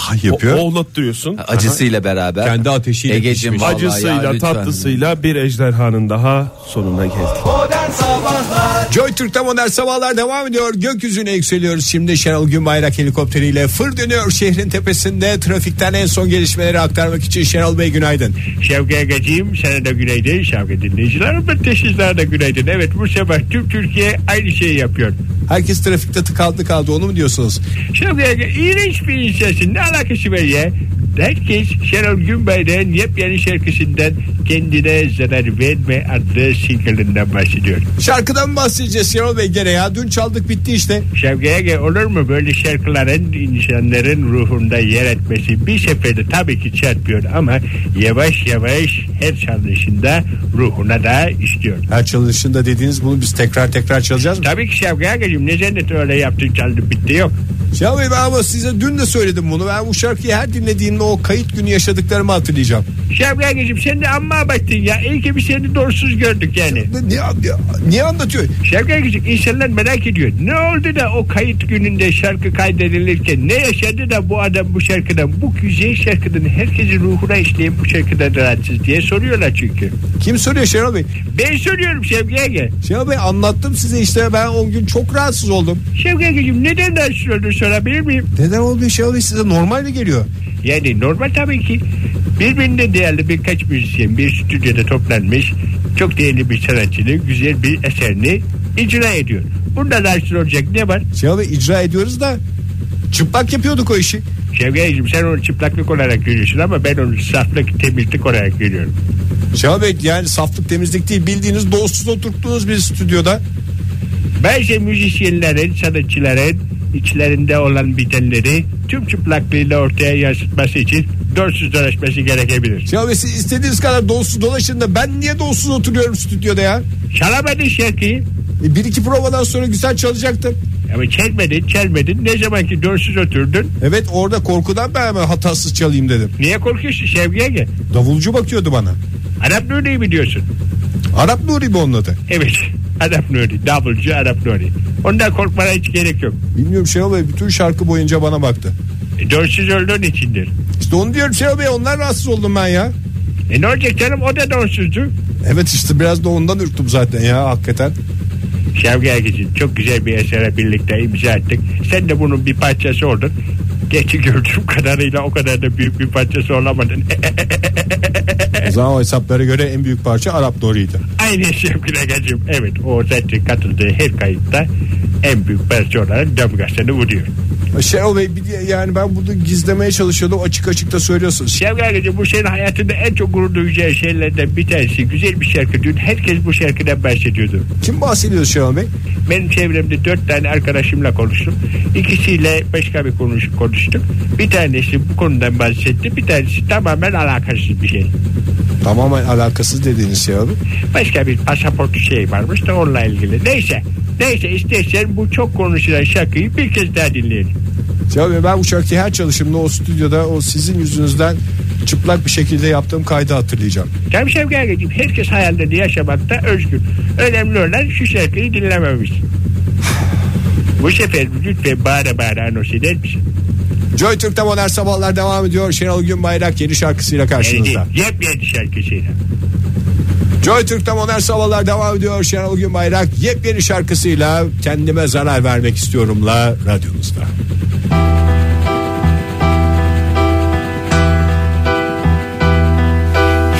[SPEAKER 4] O,
[SPEAKER 3] yapıyor.
[SPEAKER 4] oğlattırıyorsun.
[SPEAKER 5] Acısıyla beraber.
[SPEAKER 3] Kendi ateşiyle
[SPEAKER 5] Egeciğim,
[SPEAKER 3] pişmiş.
[SPEAKER 5] vallahi
[SPEAKER 4] Acısıyla
[SPEAKER 5] ya, lütfen.
[SPEAKER 4] tatlısıyla bir ejderhanın daha sonuna geldik.
[SPEAKER 2] Modern Sabahlar
[SPEAKER 3] Joy Türk'te modern sabahlar devam ediyor. Gökyüzüne yükseliyoruz. Şimdi Şenol Günbayrak helikopteriyle fır dönüyor şehrin tepesinde. Trafikten en son gelişmeleri aktarmak için Şenol Bey günaydın.
[SPEAKER 6] Şevki Egeciğim sana da günaydın Şevki dinleyiciler ve de sizlere de günaydın Evet bu sabah tüm Türkiye aynı şeyi yapıyor
[SPEAKER 3] Herkes trafikte tıkandı kaldı onu mu diyorsunuz?
[SPEAKER 6] Şevki Ege iğrenç bir insansın ne alakası var ya Herkes Şenol Günbay'dan yepyeni şarkısından kendine zarar verme adlı single'ından bahsediyor.
[SPEAKER 3] Şarkıdan mı bahsedeceğiz Şenol Bey gene ya. Dün çaldık bitti işte.
[SPEAKER 6] Şevki Ege olur mu böyle şarkıların insanların ruhunda yer etmesi bir seferde tabii ki çarpıyor ama yavaş yavaş her çalışında ruhuna da istiyor.
[SPEAKER 3] Her çalışında dediğiniz bunu biz tekrar tekrar çalacağız mı?
[SPEAKER 6] Tabii ki Şevki Agacığım ne cennet öyle yaptık çaldı bitti yok.
[SPEAKER 3] Şenol Bey ben ama size dün de söyledim bunu. Ben bu şarkıyı her dinlediğimde o kayıt günü yaşadıklarımı hatırlayacağım.
[SPEAKER 6] Şevki Agacığım sen de amma abarttın ya iyi ki biz seni doğrusuz gördük yani.
[SPEAKER 3] Ne- Niye, niye anlatıyor?
[SPEAKER 6] Şevki Agacığım insanlar merak ediyor ne oldu da o kayıt gününde şarkı kaydedilirken ne yaşadı da bu adam bu şarkıdan bu güzel şarkıdan herkesin ruhuna işleyen bu şarkıdan rahatsız diye soruyorlar çünkü.
[SPEAKER 3] Kim soruyor Şenol Bey?
[SPEAKER 6] Ben soruyorum Şevki Aga.
[SPEAKER 3] Şenol Bey anlattım size işte ben o gün çok rahatsız oldum.
[SPEAKER 6] Şevki Agacığım neden rahatsız olduğunu sorabilir miyim?
[SPEAKER 3] Neden olduğu şey oluyor size normal mi geliyor?
[SPEAKER 6] Yani normal tabii ki birbirine değerli birkaç müzisyen bir stüdyoda toplanmış çok değerli bir sanatçının güzel bir eserini icra ediyor. Bunda rahatsız olacak ne var?
[SPEAKER 3] Şey abi icra ediyoruz da çıplak yapıyorduk o işi.
[SPEAKER 6] Şevge'cim sen onu çıplaklık olarak görüyorsun ama ben onu saflık, temizlik olarak görüyorum.
[SPEAKER 3] Şey abi yani saflık temizlik değil bildiğiniz dostsuz oturttuğunuz bir stüdyoda.
[SPEAKER 6] Bence müzisyenlerin, sanatçıların içlerinde olan bitenleri tüm çıplaklığıyla ortaya yansıtması için dörtsüz dolaşması gerekebilir.
[SPEAKER 3] Şey abi siz istediğiniz kadar dostsuz dolaşın da ben niye dostsuz oturuyorum stüdyoda ya?
[SPEAKER 6] Çalamadın şarkıyı.
[SPEAKER 3] E, bir iki provadan sonra güzel çalacaktım.
[SPEAKER 6] Ama çelmedin, çelmedin. Ne zamanki dörtsüz oturdun.
[SPEAKER 3] Evet orada korkudan ben hemen hatasız çalayım dedim.
[SPEAKER 6] Niye korkuyorsun Şevge'ye?
[SPEAKER 3] Davulcu bakıyordu bana.
[SPEAKER 6] Arap Nuri'yi biliyorsun.
[SPEAKER 3] Arap Nuri mi onun adı?
[SPEAKER 6] Evet. Arap Nuri. Davulcu Arap Nuri. Ondan korkmana hiç gerek yok.
[SPEAKER 3] Bilmiyorum Şenol Bey bütün şarkı boyunca bana baktı.
[SPEAKER 6] E, Dönsüz olduğun içindir.
[SPEAKER 3] İşte onu diyorum Şenol Bey ondan rahatsız oldum ben ya.
[SPEAKER 6] E ne olacak canım o da dönsüzdü.
[SPEAKER 3] Evet işte biraz da ondan ürktüm zaten ya hakikaten.
[SPEAKER 6] Şevge Ergeciğim çok güzel bir esere birlikte imza ettik. Sen de bunun bir parçası oldun. Geçi gördüğüm kadarıyla o kadar da büyük bir parçası olamadın. E,
[SPEAKER 3] O zaman o hesaplara göre en büyük parça Arap Nuri'ydi.
[SPEAKER 6] Aynen Şevki Ergeciğim. Evet o zaten katıldığı her kayıtta en büyük parça olarak damgasını vuruyor.
[SPEAKER 3] Şenol Bey bir de- yani ben bunu gizlemeye çalışıyordum açık açık da söylüyorsunuz.
[SPEAKER 6] Şevki Akıcı bu senin hayatında en çok gurur duyacağı şeylerden bir tanesi. Güzel bir şarkı. Dün herkes bu şarkıdan bahsediyordu.
[SPEAKER 3] Kim bahsediyor Şenol Bey?
[SPEAKER 6] Benim çevremde dört tane arkadaşımla konuştum. İkisiyle başka bir konu konuştuk. Bir tanesi bu konudan bahsetti. Bir tanesi tamamen alakasız bir şey.
[SPEAKER 3] Tamamen alakasız dediğiniz Şenol Bey.
[SPEAKER 6] Başka bir pasaport şey varmış da onunla ilgili. Neyse. Neyse istersen bu çok konuşulan şarkıyı bir kez daha dinleyelim.
[SPEAKER 3] Şenol Bey ben bu şarkıyı her çalışımda o stüdyoda o sizin yüzünüzden çıplak bir şekilde yaptığım kaydı hatırlayacağım.
[SPEAKER 6] Tabii Şevki Akıcı herkes hayallerini yaşamakta özgür. Önemli olan şu şarkıyı dinlememiş. Bu sefer lütfen bağıra bağıra anons eder misin?
[SPEAKER 3] Joy Türk'te modern sabahlar devam ediyor. Şenol Günbayrak yeni şarkısıyla karşınızda.
[SPEAKER 6] Yani yepyeni şarkısıyla.
[SPEAKER 3] Joy Türk'te modern sabahlar devam ediyor. Şenol Günbayrak yepyeni şarkısıyla kendime zarar vermek istiyorumla radyonuzda.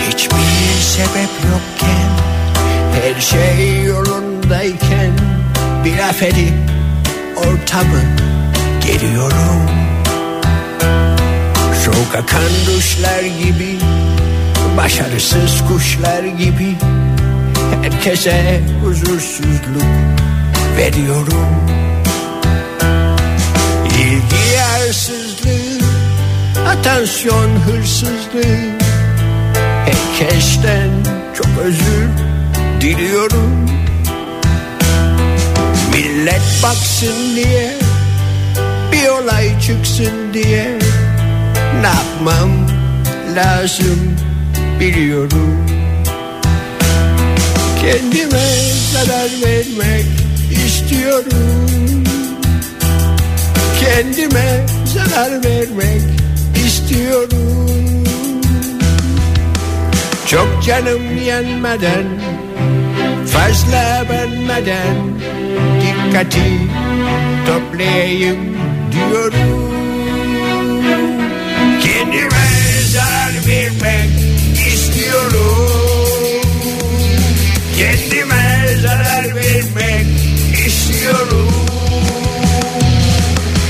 [SPEAKER 2] Hiçbir sebep yokken Her şey yolundayken Bir laf edip ortamı geliyorum Soğuk akan duşlar gibi Başarısız kuşlar gibi Herkese huzursuzluk veriyorum İlgi yersizliği Atansiyon hırsızlığı Herkesten çok özür diliyorum Millet baksın diye Bir olay çıksın diye Ne yapmam lazım biliyorum Kendime zarar vermek istiyorum Kendime zarar vermek istiyorum Çok canım yenmeden Fazla benmeden Dikkati toplayayım diyorum Kendime zarar vermek istiyorum Kendime zarar vermek istiyorum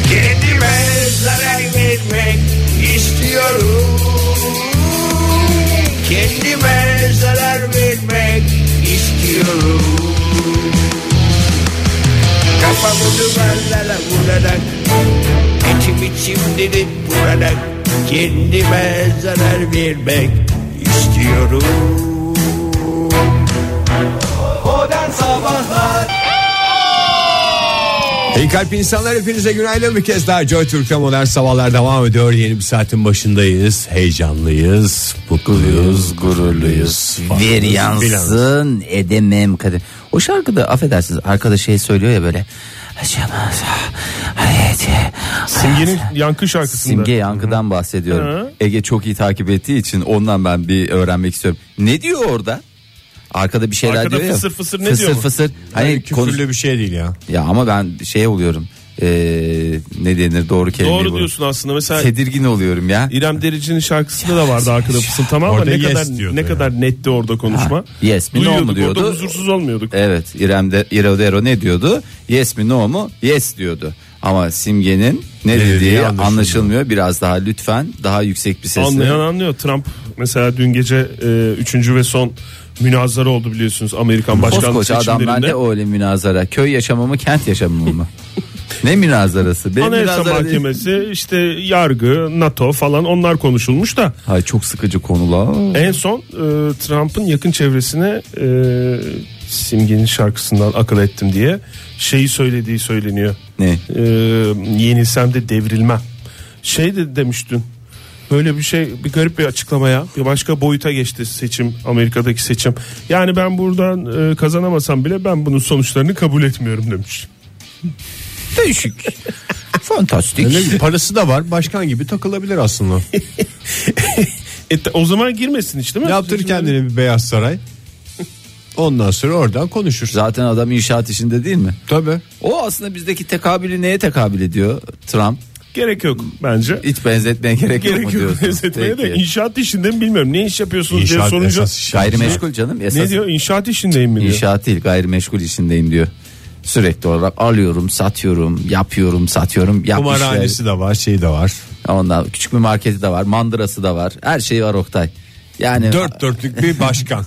[SPEAKER 2] Kendime zarar vermek istiyorum Kendime zarar vermek istiyorum Kafamı duvarlara vurarak Etim içim dilip vurarak Kendime zarar vermek istiyorum
[SPEAKER 3] İyi kalp insanlar hepinize günaydın bir kez daha Joy Türk'te modern sabahlar devam ediyor. Yeni bir saatin başındayız. Heyecanlıyız, mutluyuz, gururluyuz.
[SPEAKER 5] Ver
[SPEAKER 3] Bilal.
[SPEAKER 5] yansın edemem kadın. O şarkıda affedersiniz arkadaş şey söylüyor ya böyle.
[SPEAKER 4] Simge'nin yankı şarkısında.
[SPEAKER 5] Simge Yankı'dan bahsediyorum.
[SPEAKER 4] Hı.
[SPEAKER 5] Ege çok iyi takip ettiği için ondan ben bir öğrenmek istiyorum. Ne diyor orada? Arkada bir şeyler
[SPEAKER 4] Arkada
[SPEAKER 5] diyor ya.
[SPEAKER 4] fısır fısır ne
[SPEAKER 5] fısır
[SPEAKER 4] diyor mu?
[SPEAKER 5] Fısır Hani
[SPEAKER 3] Hani
[SPEAKER 5] konu...
[SPEAKER 3] küfürlü bir şey değil ya.
[SPEAKER 5] Ya ama ben şey oluyorum. Ee, ne denir doğru kelime
[SPEAKER 4] Doğru diyorsun aslında. Mesela
[SPEAKER 5] Tedirgin oluyorum ya.
[SPEAKER 4] İrem Derici'nin şarkısında da vardı arkada fısıltama ama
[SPEAKER 3] Orada
[SPEAKER 4] ne
[SPEAKER 3] yes
[SPEAKER 4] kadar
[SPEAKER 3] diyordu
[SPEAKER 4] ne
[SPEAKER 3] yani.
[SPEAKER 4] kadar netti orada konuşma.
[SPEAKER 5] Ha, yes mi, no mu
[SPEAKER 4] Duyuyorduk,
[SPEAKER 5] diyordu.
[SPEAKER 4] Orada huzursuz olmuyorduk.
[SPEAKER 5] Evet İrem de İrodero ne diyordu? Yes mi no mu? Yes diyordu. Ama Simge'nin ne, dediği,
[SPEAKER 3] dediği
[SPEAKER 5] anlaşılmıyor.
[SPEAKER 3] anlaşılmıyor.
[SPEAKER 5] Biraz daha lütfen daha yüksek bir sesle.
[SPEAKER 4] Anlayan anlıyor. Trump mesela dün gece e, üçüncü ve son münazara oldu biliyorsunuz Amerikan başkanlık
[SPEAKER 5] Koskoca adam
[SPEAKER 4] seçimlerinde.
[SPEAKER 5] bende öyle münazara. Köy yaşamı mı kent yaşamı mı? ne münazarası? Benim
[SPEAKER 4] Anayasa
[SPEAKER 5] münazara değil.
[SPEAKER 4] Mahkemesi, işte yargı, NATO falan onlar konuşulmuş da
[SPEAKER 5] Ay çok sıkıcı konular.
[SPEAKER 4] en son e, Trump'ın yakın çevresine e, Simge'nin şarkısından akıl ettim diye şeyi söylediği söyleniyor.
[SPEAKER 5] Ne?
[SPEAKER 4] E, yenilsem de devrilmem. Şey de demiştin. Böyle bir şey bir garip bir açıklamaya bir başka boyuta geçti seçim Amerika'daki seçim. Yani ben buradan e, kazanamasam bile ben bunun sonuçlarını kabul etmiyorum demiş.
[SPEAKER 5] Değişik. Fantastik.
[SPEAKER 3] Öyle bir parası da var. Başkan gibi takılabilir aslında.
[SPEAKER 4] E, te- o zaman girmesin hiç değil mi?
[SPEAKER 3] Yaptır kendini bir Beyaz Saray. Ondan sonra oradan konuşursun.
[SPEAKER 5] Zaten adam inşaat işinde değil mi?
[SPEAKER 3] Tabii.
[SPEAKER 5] O aslında bizdeki tekabülü neye tekabül ediyor Trump?
[SPEAKER 4] Gerek yok bence.
[SPEAKER 5] Hiç benzetmeye gerek, yok mu
[SPEAKER 4] Gerek yok
[SPEAKER 5] diyorsun?
[SPEAKER 4] benzetmeye de
[SPEAKER 5] Peki.
[SPEAKER 4] inşaat işinde mi bilmiyorum. Ne iş yapıyorsunuz diye
[SPEAKER 3] İnşaat
[SPEAKER 4] sorunca
[SPEAKER 3] esas iş.
[SPEAKER 5] Gayrimeşgul canım. Esas
[SPEAKER 4] ne diyor inşaat işindeyim mi diyor.
[SPEAKER 5] İnşaat değil gayrimeşgul işindeyim diyor. Sürekli olarak alıyorum, satıyorum, yapıyorum, satıyorum. yapmışlar.
[SPEAKER 3] Kumarhanesi de var, şey de var.
[SPEAKER 5] Ondan küçük bir marketi de var, mandırası da var. Her şeyi var Oktay. Yani
[SPEAKER 3] Dört dörtlük bir başkan.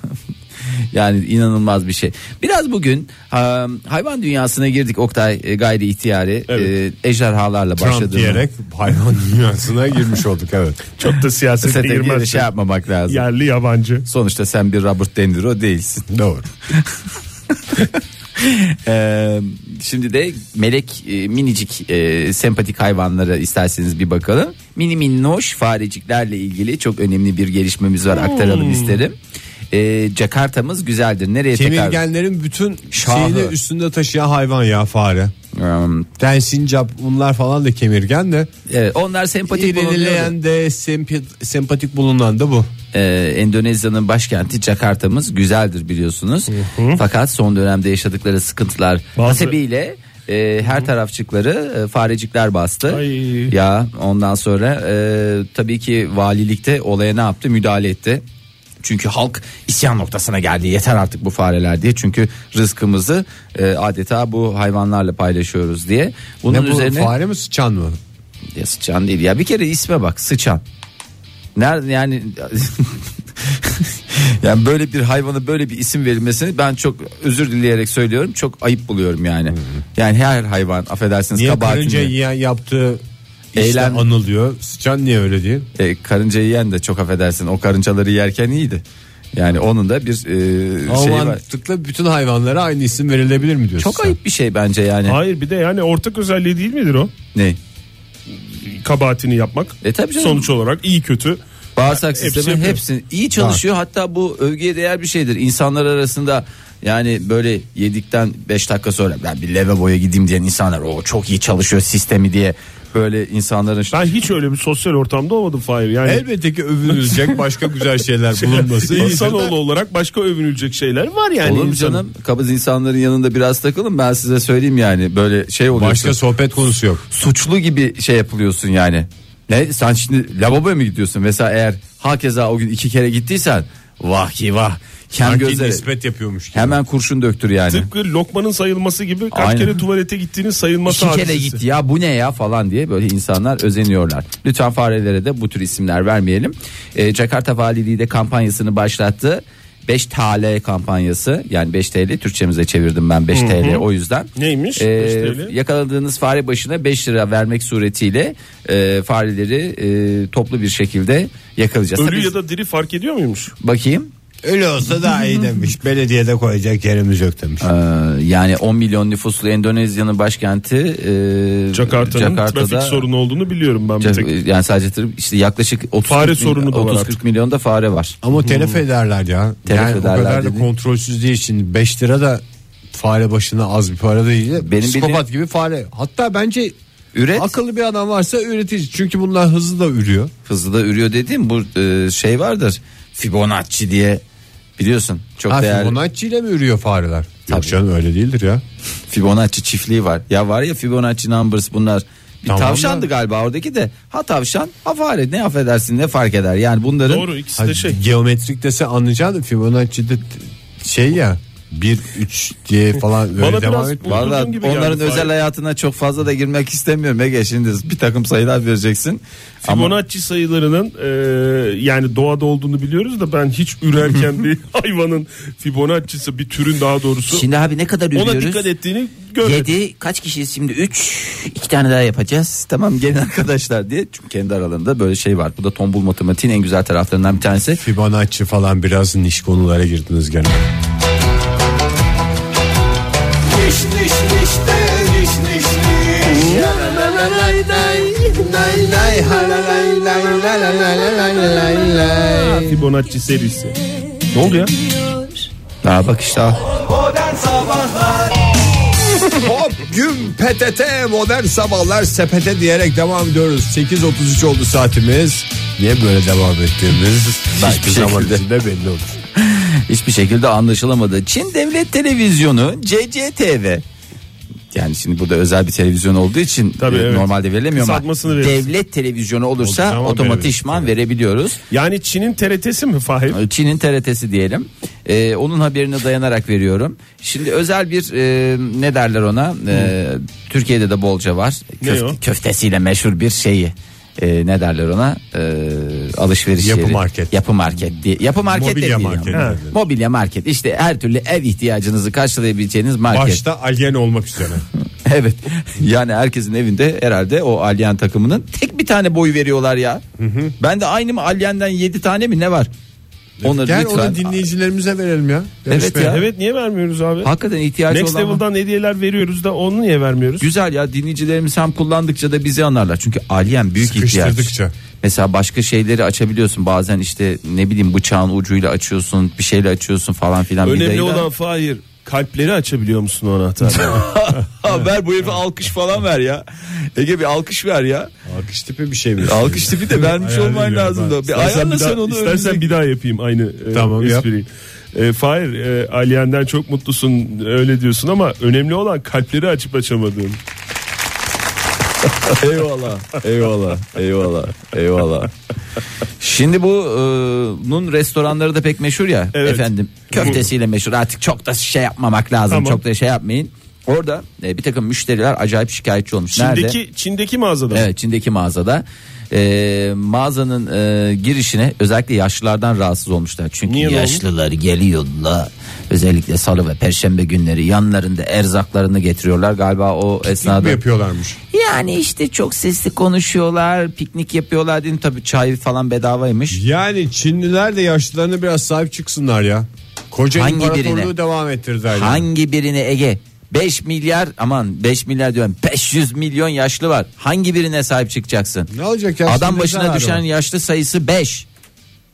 [SPEAKER 5] yani inanılmaz bir şey. Biraz bugün ha, hayvan dünyasına girdik Oktay e, gayri ihtiyari
[SPEAKER 4] Evet.
[SPEAKER 5] e, ejderhalarla
[SPEAKER 3] Trump
[SPEAKER 5] başladı.
[SPEAKER 3] diyerek hayvan dünyasına girmiş olduk evet.
[SPEAKER 4] Çok da siyasete
[SPEAKER 5] Sete girip
[SPEAKER 4] girmez.
[SPEAKER 5] şey yapmamak lazım.
[SPEAKER 4] Yerli yabancı.
[SPEAKER 5] Sonuçta sen bir Robert De Niro değilsin.
[SPEAKER 3] Doğru.
[SPEAKER 5] Ee, şimdi de melek e, minicik e, sempatik hayvanlara isterseniz bir bakalım. Mini minnoş fareciklerle ilgili çok önemli bir gelişmemiz var aktaralım isterim. Ee, Jakarta'mız güzeldir. Nereye tekrar?
[SPEAKER 3] Kemirgenlerin bütün
[SPEAKER 5] Şahı.
[SPEAKER 3] şeyini üstünde taşıyan hayvan ya fare.
[SPEAKER 5] Hmm,
[SPEAKER 3] Den sincap bunlar falan da kemirgen de.
[SPEAKER 5] evet, onlar sempatik bulunuyor.
[SPEAKER 3] İrinileyen de sempi- sempatik bulunan da bu.
[SPEAKER 5] Ee, Endonezya'nın başkenti Jakarta'mız güzeldir biliyorsunuz. Fakat son dönemde yaşadıkları sıkıntılar
[SPEAKER 4] Bazı-
[SPEAKER 5] hasebiyle e, her tarafçıkları e, farecikler bastı.
[SPEAKER 4] Ay.
[SPEAKER 5] Ya ondan sonra e, tabii ki valilikte olaya ne yaptı? Müdahale etti. Çünkü halk isyan noktasına geldi. Yeter artık bu fareler diye. Çünkü rızkımızı e, adeta bu hayvanlarla paylaşıyoruz diye. Bunun
[SPEAKER 3] ne bu
[SPEAKER 5] üzerine
[SPEAKER 3] fare mi sıçan mı?
[SPEAKER 5] ya sıçan değil ya bir kere isme bak sıçan. Nerede yani yani böyle bir hayvana böyle bir isim verilmesini ben çok özür dileyerek söylüyorum çok ayıp buluyorum yani. Yani her hayvan affedersiniz
[SPEAKER 3] Niye
[SPEAKER 5] kabahatini-
[SPEAKER 3] karınca yiyen yaptığı işte
[SPEAKER 5] Eylem-
[SPEAKER 3] anılıyor. Sıçan niye öyle değil?
[SPEAKER 5] E, karınca yiyen de çok affedersin o karıncaları yerken iyiydi. Yani onun da bir e,
[SPEAKER 3] Ama
[SPEAKER 5] şeyi var.
[SPEAKER 3] mantıkla şey bütün hayvanlara aynı isim verilebilir mi diyorsun
[SPEAKER 5] Çok
[SPEAKER 3] sen?
[SPEAKER 5] ayıp bir şey bence yani.
[SPEAKER 4] Hayır bir de yani ortak özelliği değil midir o?
[SPEAKER 5] Ne?
[SPEAKER 4] Kabahatini yapmak.
[SPEAKER 5] E tabii canım.
[SPEAKER 4] Sonuç olarak iyi kötü.
[SPEAKER 5] Bağırsak
[SPEAKER 4] Hepsi
[SPEAKER 5] sistemi
[SPEAKER 4] yapıyor.
[SPEAKER 5] hepsini iyi çalışıyor. Hatta bu övgüye değer bir şeydir. İnsanlar arasında yani böyle yedikten 5 dakika sonra ben bir lavaboya gideyim diyen insanlar o çok iyi çalışıyor sistemi diye böyle insanların
[SPEAKER 4] Ben hiç öyle bir sosyal ortamda olmadım Fahir. Yani
[SPEAKER 3] Elbette ki övünülecek başka güzel şeyler bulunması.
[SPEAKER 4] insanoğlu olarak başka övünülecek şeyler var yani.
[SPEAKER 5] Olur mu
[SPEAKER 4] insanın.
[SPEAKER 5] canım? Kabız insanların yanında biraz takılın ben size söyleyeyim yani böyle şey oluyor.
[SPEAKER 3] Başka sohbet konusu yok.
[SPEAKER 5] suçlu gibi şey yapılıyorsun yani. Ne sen şimdi lavaboya mı gidiyorsun mesela eğer hakeza o gün iki kere gittiysen vah ki vah kem
[SPEAKER 3] Sanki
[SPEAKER 5] gözleri
[SPEAKER 3] nispet yapıyormuş gibi.
[SPEAKER 5] hemen kurşun döktür yani.
[SPEAKER 4] Tıpkı lokmanın sayılması gibi kaç
[SPEAKER 5] Aynen.
[SPEAKER 4] kere tuvalete gittiğinin sayılması
[SPEAKER 5] İki kere
[SPEAKER 4] hadisesi.
[SPEAKER 5] gitti ya bu ne ya falan diye böyle insanlar özeniyorlar. Lütfen farelere de bu tür isimler vermeyelim. Ee, Jakarta Valiliği de kampanyasını başlattı. 5 TL kampanyası yani 5 TL Türkçemize çevirdim ben 5 TL o yüzden.
[SPEAKER 4] Neymiş?
[SPEAKER 5] Ee,
[SPEAKER 4] 5 TL?
[SPEAKER 5] Yakaladığınız fare başına 5 lira vermek suretiyle e, fareleri e, toplu bir şekilde yakalayacağız.
[SPEAKER 4] Ölü
[SPEAKER 5] Tabii-
[SPEAKER 4] ya da diri fark ediyor muymuş?
[SPEAKER 5] Bakayım
[SPEAKER 3] Öyle olsa daha iyi demiş. Belediyede koyacak yerimiz yok demiş.
[SPEAKER 5] Ee, yani 10 milyon nüfuslu Endonezya'nın başkenti e,
[SPEAKER 4] Jakarta'nın trafik sorunu olduğunu biliyorum ben bir
[SPEAKER 5] Ca-
[SPEAKER 4] tek.
[SPEAKER 5] yani sadece tır- işte yaklaşık 30
[SPEAKER 4] Fare
[SPEAKER 5] bin-
[SPEAKER 4] sorunu da var
[SPEAKER 5] 30
[SPEAKER 4] artık.
[SPEAKER 5] 40 milyonda fare var.
[SPEAKER 3] Ama telef ederler ya.
[SPEAKER 5] Hmm. Telef
[SPEAKER 3] yani
[SPEAKER 5] ederler
[SPEAKER 3] o kadar da
[SPEAKER 5] dedi.
[SPEAKER 3] kontrolsüz değil şimdi. 5 lira da fare başına az bir para değil.
[SPEAKER 5] Benim
[SPEAKER 3] Benim Psikopat gibi fare. Hatta bence
[SPEAKER 5] Üret.
[SPEAKER 3] akıllı bir adam varsa üretici. Çünkü bunlar hızlı da ürüyor.
[SPEAKER 5] Hızlı da ürüyor dediğim bu e, şey vardır. Fibonacci diye biliyorsun çok
[SPEAKER 3] Ha,
[SPEAKER 5] değerli.
[SPEAKER 3] Fibonacci ile mi ürüyor fareler?
[SPEAKER 5] Tabii.
[SPEAKER 3] Yok canım öyle değildir ya.
[SPEAKER 5] Fibonacci çiftliği var. Ya var ya Fibonacci numbers bunlar. Bir
[SPEAKER 3] Tamam
[SPEAKER 5] tavşandı
[SPEAKER 3] da-
[SPEAKER 5] galiba oradaki de. Ha tavşan ha fare ne affedersin ne fark eder. Yani bunların
[SPEAKER 4] Doğru ikisi de
[SPEAKER 3] Hani
[SPEAKER 4] şey.
[SPEAKER 3] Geometrik dese anlayacaksın da Fibonacci'de t- şey ya 1 3 diye falan öyle
[SPEAKER 4] Bana
[SPEAKER 3] devam
[SPEAKER 4] biraz
[SPEAKER 3] etmiyor.
[SPEAKER 4] uydurdun
[SPEAKER 5] Valla
[SPEAKER 4] gibi geldi
[SPEAKER 5] onların özel
[SPEAKER 4] Fahir.
[SPEAKER 5] hayatına çok fazla da girmek istemiyorum Ege. Şimdi bir takım sayılar vereceksin. Ama
[SPEAKER 4] Fibonacci sayılarının e, yani doğada olduğunu biliyoruz da ben hiç ürerken bir hayvanın Fibonacci'si bir türün daha doğrusu
[SPEAKER 5] şimdi abi ne kadar
[SPEAKER 4] ona
[SPEAKER 5] ürüyoruz?
[SPEAKER 4] dikkat ettiğini görmedim.
[SPEAKER 5] 7 kaç kişiyiz şimdi 3 2 tane daha yapacağız tamam gelin arkadaşlar diye çünkü kendi aralarında böyle şey var bu da tombul matematiğin en güzel taraflarından bir tanesi
[SPEAKER 3] Fibonacci falan biraz niş konulara girdiniz gene.
[SPEAKER 2] Niş niş niş de niş niş niş
[SPEAKER 4] Fibonacci serisi. Ne oldu ya?
[SPEAKER 5] Aa, bak işte ah, al.
[SPEAKER 2] Modern Sabahlar
[SPEAKER 3] Hop gün PTT modern sabahlar sepete diyerek devam ediyoruz. 8.33 oldu saatimiz. Niye böyle devam ettiğimiz
[SPEAKER 5] Belki
[SPEAKER 3] hiçbir zaman
[SPEAKER 5] şekilde.
[SPEAKER 3] içinde belli olur.
[SPEAKER 5] hiçbir şekilde anlaşılamadı Çin Devlet Televizyonu CCTV yani şimdi burada özel bir televizyon olduğu için
[SPEAKER 4] Tabii,
[SPEAKER 5] e,
[SPEAKER 4] evet.
[SPEAKER 5] normalde verilemiyor ama
[SPEAKER 4] Kısaltmasını verirsin.
[SPEAKER 5] devlet televizyonu
[SPEAKER 3] O
[SPEAKER 5] olursa
[SPEAKER 3] zaman
[SPEAKER 5] otomatikman verebiliyoruz.
[SPEAKER 4] Yani Çin'in TRT'si mi Fahir?
[SPEAKER 5] Çin'in TRT'si diyelim. Ee, onun haberine dayanarak veriyorum. Şimdi özel bir e, ne derler ona? Ee, Türkiye'de de bolca var.
[SPEAKER 4] Ne o?
[SPEAKER 5] Köftesiyle meşhur bir şeyi. Ee, ne derler ona? Ee, alışveriş
[SPEAKER 3] Yapı
[SPEAKER 5] yeri.
[SPEAKER 3] market.
[SPEAKER 5] Yapı market diye. Yapı market
[SPEAKER 3] Mobilya
[SPEAKER 5] de değil
[SPEAKER 3] market.
[SPEAKER 5] ama.
[SPEAKER 3] Ha.
[SPEAKER 5] Mobilya market. İşte her türlü ev ihtiyacınızı karşılayabileceğiniz market.
[SPEAKER 3] Başta alien olmak üzere.
[SPEAKER 5] Evet. Yani herkesin evinde herhalde o alyen takımının tek bir tane boyu veriyorlar ya. Ben de aynı mı alyenden 7 tane mi ne var? Onları
[SPEAKER 3] Gel
[SPEAKER 5] lütfen
[SPEAKER 3] onu dinleyicilerimize verelim ya.
[SPEAKER 5] Evet ya.
[SPEAKER 4] Evet niye vermiyoruz abi?
[SPEAKER 5] Hakikaten ihtiyacı
[SPEAKER 4] Next
[SPEAKER 5] olan
[SPEAKER 4] Level'dan hediyeler veriyoruz da onu niye vermiyoruz?
[SPEAKER 5] Güzel ya dinleyicilerimiz hem kullandıkça da bizi anlarlar. Çünkü alien büyük ihtiyaç.
[SPEAKER 3] Sıkıştırdıkça.
[SPEAKER 5] Mesela başka şeyleri açabiliyorsun. Bazen işte ne bileyim bıçağın ucuyla açıyorsun, bir şeyle açıyorsun falan filan.
[SPEAKER 4] Önemli
[SPEAKER 5] vidayla.
[SPEAKER 4] olan Fahir kalpleri açabiliyor musun o anahtarla?
[SPEAKER 5] Ha, ver bu herife alkış falan ver ya. Ege bir alkış ver ya.
[SPEAKER 3] Alkış tipi bir şey mi?
[SPEAKER 5] Alkış tipi de vermiş
[SPEAKER 3] Hayal
[SPEAKER 5] olman
[SPEAKER 3] ediyorum
[SPEAKER 5] lazım
[SPEAKER 3] ben.
[SPEAKER 5] da. Bir ayarla sen onu
[SPEAKER 4] istersen
[SPEAKER 5] önümüze-
[SPEAKER 4] bir daha yapayım aynı e,
[SPEAKER 3] Tamam, yap.
[SPEAKER 4] espriyi. E, Fahir e, Aliyen'den çok mutlusun öyle diyorsun ama önemli olan kalpleri açıp açamadığın.
[SPEAKER 5] Eyvallah. Eyvallah. Eyvallah. Eyvallah. Şimdi bu e, bunun restoranları da pek meşhur ya
[SPEAKER 4] Evet.
[SPEAKER 5] efendim. Köftesiyle meşhur. Artık çok da şey yapmamak lazım.
[SPEAKER 4] Tamam.
[SPEAKER 5] Çok da şey yapmayın. Orada e, bir takım müşteriler acayip şikayetçi olmuş.
[SPEAKER 4] Çin'deki,
[SPEAKER 5] Nerede?
[SPEAKER 4] Çin'deki mağazada.
[SPEAKER 5] Evet, Çin'deki mağazada. E, mağazanın e, girişine özellikle yaşlılardan rahatsız olmuşlar. Çünkü
[SPEAKER 4] Niye lan?
[SPEAKER 5] yaşlılar geliyorlar. Özellikle salı ve perşembe günleri yanlarında erzaklarını getiriyorlar. Galiba o
[SPEAKER 3] Ne
[SPEAKER 5] esnada
[SPEAKER 3] yapıyorlarmış?
[SPEAKER 5] yani işte çok sesli konuşuyorlar, piknik yapıyorlar dedim tabii çay falan bedavaymış.
[SPEAKER 3] Yani Çinliler de yaşlılarına biraz sahip çıksınlar ya. Koca
[SPEAKER 5] Hangi
[SPEAKER 3] imparatorluğu
[SPEAKER 5] birine?
[SPEAKER 3] devam ettirdiler. ya.
[SPEAKER 5] Hangi birini Ege? 5 milyar aman 5 milyar diyorum 500 milyon yaşlı var. Hangi birine sahip çıkacaksın?
[SPEAKER 3] Ne olacak ya?
[SPEAKER 5] Adam
[SPEAKER 3] Şimdi
[SPEAKER 5] başına
[SPEAKER 3] zararı
[SPEAKER 5] düşen
[SPEAKER 3] var.
[SPEAKER 5] yaşlı sayısı 5.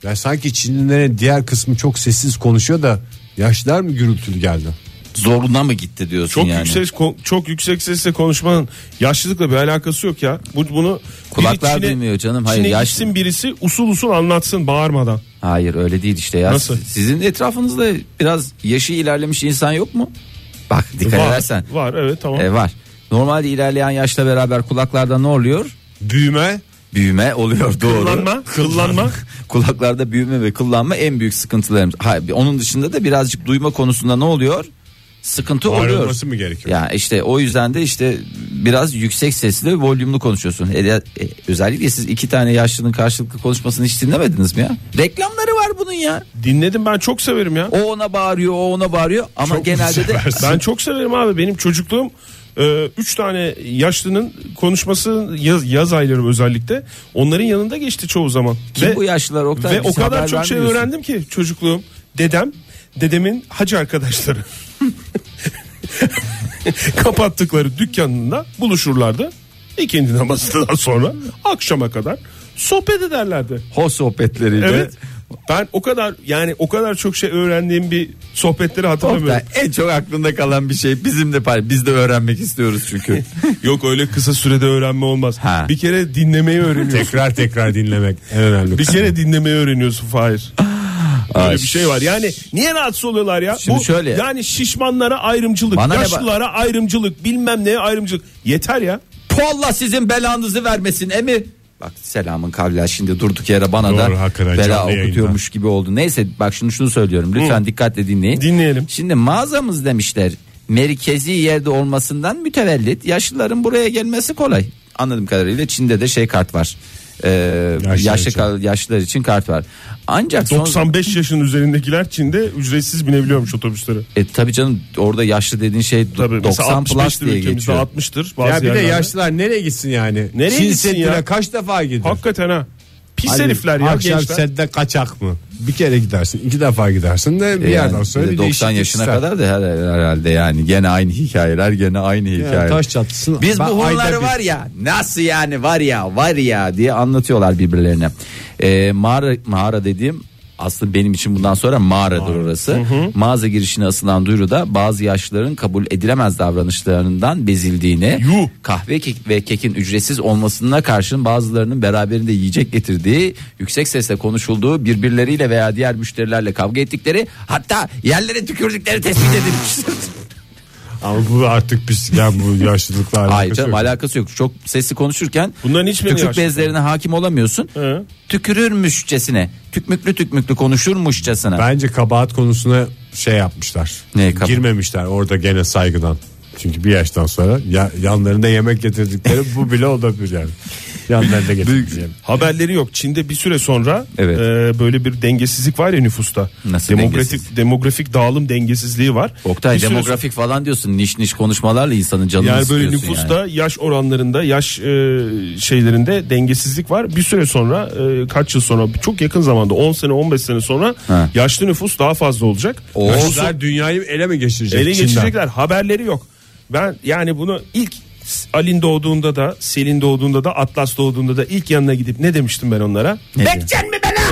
[SPEAKER 3] Ya sanki Çinlilerin diğer kısmı çok sessiz konuşuyor da yaşlılar mı gürültülü geldi?
[SPEAKER 5] zoruna mı gitti diyorsun
[SPEAKER 4] Çok
[SPEAKER 5] yani.
[SPEAKER 4] yüksek ko- çok yüksek sesle konuşmanın yaşlılıkla bir alakası yok ya. Bu bunu
[SPEAKER 5] Kulaklar
[SPEAKER 4] biri Çin'e-
[SPEAKER 5] duymuyor canım, hayır,
[SPEAKER 4] Çin'e
[SPEAKER 5] yaş-
[SPEAKER 4] gitsin birisi usul usul anlatsın bağırmadan.
[SPEAKER 5] Hayır öyle değil işte ya.
[SPEAKER 4] Nasıl?
[SPEAKER 5] Sizin etrafınızda biraz yaşı ilerlemiş insan yok mu? Bak dikkat
[SPEAKER 4] var,
[SPEAKER 5] edersen.
[SPEAKER 4] var evet tamam.
[SPEAKER 5] E, var. Normalde ilerleyen yaşla beraber kulaklarda ne oluyor?
[SPEAKER 3] Büyüme
[SPEAKER 5] Büyüme oluyor doğru.
[SPEAKER 4] Kullanma, kullanma.
[SPEAKER 5] Kulaklarda büyüme ve kullanma en büyük sıkıntılarımız. Hayır, onun dışında da birazcık duyma konusunda ne oluyor? Sıkıntı oluyor.
[SPEAKER 3] ayrılması mı gerekiyor?
[SPEAKER 5] Ya işte o yüzden de işte biraz yüksek sesli ve volümlü konuşuyorsun. Hele- e, özellikle siz iki tane yaşlının karşılıklı konuşmasını hiç dinlemediniz mi ya? Reklamları var bunun ya.
[SPEAKER 4] Dinledim ben çok severim ya.
[SPEAKER 5] O ona bağırıyor, o ona bağırıyor ama
[SPEAKER 3] Çok mu
[SPEAKER 5] genelde de
[SPEAKER 3] seversin?
[SPEAKER 4] Ben çok severim abi benim çocukluğum 3 tane yaşlının konuşması yaz, yaz ayları özellikle onların yanında geçti çoğu zaman.
[SPEAKER 5] kim
[SPEAKER 4] Ve-
[SPEAKER 5] bu yaşlılar Oktay?
[SPEAKER 4] Ve o
[SPEAKER 5] Biz
[SPEAKER 4] kadar
[SPEAKER 5] haber
[SPEAKER 4] çok şey
[SPEAKER 5] vermiyorsun.
[SPEAKER 4] öğrendim ki çocukluğum. Dedem, dedemin hacı arkadaşları. Kapattıkları dükkanında buluşurlardı. İkindi namazından sonra akşama kadar sohbet ederlerdi.
[SPEAKER 5] Ho sohbetleriyle.
[SPEAKER 4] Evet. Ben o kadar yani o kadar çok şey öğrendiğim bir sohbetleri hatırlamıyorum.
[SPEAKER 5] Oktay, en çok aklında kalan bir şey bizim de pay- biz de öğrenmek istiyoruz çünkü.
[SPEAKER 4] Yok öyle kısa sürede öğrenme olmaz.
[SPEAKER 5] Ha.
[SPEAKER 4] Bir kere dinlemeyi öğreniyorsun.
[SPEAKER 3] Tekrar tekrar dinlemek en önemli.
[SPEAKER 4] bir
[SPEAKER 3] kısmı.
[SPEAKER 4] kere dinlemeyi öğreniyorsun Fahir. Böyle
[SPEAKER 5] Ay.
[SPEAKER 4] bir şey var. Yani niye rahatsız oluyorlar ya?
[SPEAKER 5] Şimdi şöyle.
[SPEAKER 4] Yani şişmanlara ayrımcılık,
[SPEAKER 5] Bana ne ba-
[SPEAKER 4] yaşlılara ayrımcılık, bilmem neye ayrımcılık. Yeter ya.
[SPEAKER 5] Po Allah sizin belanızı vermesin emi. Bak selamın kavla şimdi durduk yere bana
[SPEAKER 3] Doğru,
[SPEAKER 5] da
[SPEAKER 3] hakikaten
[SPEAKER 5] bela
[SPEAKER 3] canlı
[SPEAKER 5] okutuyormuş gibi oldu. Neyse bak şunu şunu söylüyorum lütfen dikkatle dinleyin.
[SPEAKER 4] Dinleyelim.
[SPEAKER 5] Şimdi mağazamız demişler merkezi yerde olmasından mütevellit yaşlıların buraya gelmesi kolay. Anladığım kadarıyla Çin'de de şey kart var. Ee, yaşlı
[SPEAKER 3] için.
[SPEAKER 5] ka- yaşlılar için kart var. Ancak son-
[SPEAKER 4] 95 yaşın üzerindekiler Çin'de ücretsiz binebiliyormuş otobüslere.
[SPEAKER 5] E, tabii canım orada yaşlı dediğin şey do-
[SPEAKER 4] Tabii
[SPEAKER 5] 90
[SPEAKER 4] mesela
[SPEAKER 5] plus
[SPEAKER 4] 65'tir
[SPEAKER 5] diye
[SPEAKER 4] ülkemizde
[SPEAKER 5] geçiyor.
[SPEAKER 4] 60'tır bazı
[SPEAKER 3] ya bir de
[SPEAKER 4] yerlerde.
[SPEAKER 3] yaşlılar nereye gitsin yani?
[SPEAKER 4] Nereye
[SPEAKER 3] Çin
[SPEAKER 4] gitsin
[SPEAKER 3] Seddi'ne
[SPEAKER 4] ya?
[SPEAKER 3] kaç defa gidiyor?
[SPEAKER 4] Hakikaten ha. Pis herifler ya
[SPEAKER 3] Akşam
[SPEAKER 4] gençler.
[SPEAKER 3] sette kaçak mı? Bir kere gidersin, iki defa gidersin de bir
[SPEAKER 5] E yani
[SPEAKER 3] yerden sonra
[SPEAKER 5] bir de
[SPEAKER 3] bir
[SPEAKER 5] 90
[SPEAKER 3] değişiklik
[SPEAKER 5] yaşına
[SPEAKER 3] ister.
[SPEAKER 5] kadar da her, herhalde yani gene aynı hikayeler gene aynı hikayeler.
[SPEAKER 3] taş çatlasın.
[SPEAKER 5] Biz bu
[SPEAKER 3] Ben ayda
[SPEAKER 5] Hunları
[SPEAKER 3] bir-
[SPEAKER 5] var ya nasıl yani var ya var ya diye anlatıyorlar birbirlerine. E, mağara mağara dediğim aslında benim için bundan sonra mağaradır orası. Mağaza girişine asılan duyuruda bazı yaşlıların kabul edilemez davranışlarından bezildiğini,
[SPEAKER 4] Yuh.
[SPEAKER 5] kahve kek ve kekin ücretsiz olmasına karşın bazılarının beraberinde yiyecek getirdiği, yüksek sesle konuşulduğu, birbirleriyle veya diğer müşterilerle kavga ettikleri, hatta yerlere tükürdükleri tespit edilmiş.
[SPEAKER 3] Ama bu artık biz yani bu yaşlılıkla
[SPEAKER 5] Hayır
[SPEAKER 3] alakası
[SPEAKER 5] canım
[SPEAKER 3] yok.
[SPEAKER 5] alakası yok. Çok sesli konuşurken
[SPEAKER 4] Bunların hiçbirini
[SPEAKER 5] tükürük
[SPEAKER 4] yaşlı-
[SPEAKER 5] bezlerine hakim olamıyorsun.
[SPEAKER 4] Hı.
[SPEAKER 5] Tükürürmüşçesine, tükmüklü tükmüklü konuşurmuşçasına.
[SPEAKER 3] Bence kabahat konusuna şey yapmışlar.
[SPEAKER 5] Ne kabahat?
[SPEAKER 3] Girmemişler orada gene saygıdan. Çünkü bir yaştan sonra ya, yanlarında yemek getirdikleri bu bile olabilir yani. Yanlarında getirdikleri.
[SPEAKER 4] Haberleri yok. Çin'de bir süre sonra
[SPEAKER 5] Evet.
[SPEAKER 4] e, böyle bir dengesizlik var ya nüfusta.
[SPEAKER 5] Nasıl
[SPEAKER 4] demografik
[SPEAKER 5] dengesiz?
[SPEAKER 4] demografik dağılım dengesizliği var.
[SPEAKER 5] Oktay
[SPEAKER 4] Bir süre
[SPEAKER 5] demografik falan diyorsun. Niş niş konuşmalarla insanın canını
[SPEAKER 4] Yani böyle
[SPEAKER 5] sıkıyorsun
[SPEAKER 4] nüfusta
[SPEAKER 5] yani.
[SPEAKER 4] yaş oranlarında yaş e, şeylerinde dengesizlik var. Bir süre sonra e, kaç yıl sonra çok yakın zamanda 10 sene 15 sene sonra
[SPEAKER 5] Ha.
[SPEAKER 4] yaşlı nüfus daha fazla olacak.
[SPEAKER 5] Oo.
[SPEAKER 4] Nüfusu
[SPEAKER 3] Ruslar dünyayı ele mi geçirecek?
[SPEAKER 4] ele
[SPEAKER 3] Çin'den?
[SPEAKER 4] geçirecekler haberleri yok. Ben yani bunu ilk Alin doğduğunda da Selin doğduğunda da Atlas doğduğunda da ilk yanına gidip ne demiştim ben onlara?
[SPEAKER 5] Bekçen mi bela?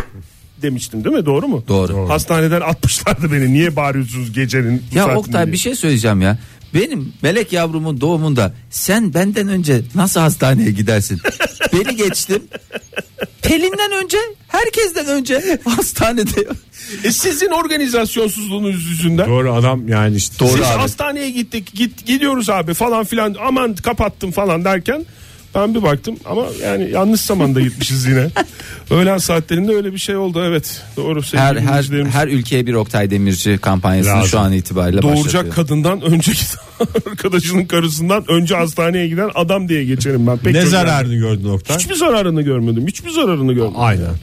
[SPEAKER 4] Demiştim değil mi doğru mu?
[SPEAKER 5] Doğru. Doğru.
[SPEAKER 4] Hastaneden atmışlardı beni niye bağırıyorsunuz gecenin bu
[SPEAKER 5] Ya
[SPEAKER 4] saatinde
[SPEAKER 5] Oktay
[SPEAKER 4] diye.
[SPEAKER 5] bir şey söyleyeceğim ya. Benim melek yavrumun doğumunda sen benden önce nasıl hastaneye gidersin? Beni geçtim. Pelin'den önce, herkesten önce hastanede. şey-
[SPEAKER 4] E sizin organizasyonsuzluğunuz yüzünden.
[SPEAKER 3] Doğru adam yani işte.
[SPEAKER 5] Doğru.
[SPEAKER 4] Biz
[SPEAKER 5] abi.
[SPEAKER 4] hastaneye gittik git gidiyoruz abi falan filan aman kapattım falan derken ben bir baktım ama yani yanlış zamanda gitmişiz yine. Öğlen saatlerinde öyle bir şey oldu evet. Doğru sevgili
[SPEAKER 5] Her her
[SPEAKER 4] dinleyicilerimiz.
[SPEAKER 5] her ülkeye bir Oktay Demirci kampanyasını
[SPEAKER 3] Lazım.
[SPEAKER 5] şu an itibariyle
[SPEAKER 4] Doğuracak
[SPEAKER 5] başlatıyor.
[SPEAKER 4] kadından önceki arkadaşının karısından önce hastaneye giden adam diye geçerim ben. Pek
[SPEAKER 3] Ne
[SPEAKER 4] çok-
[SPEAKER 3] zararını gördün Oktay?
[SPEAKER 4] Hiçbir zararını görmedim. Hiçbir zararını görmedim.
[SPEAKER 3] Aynen.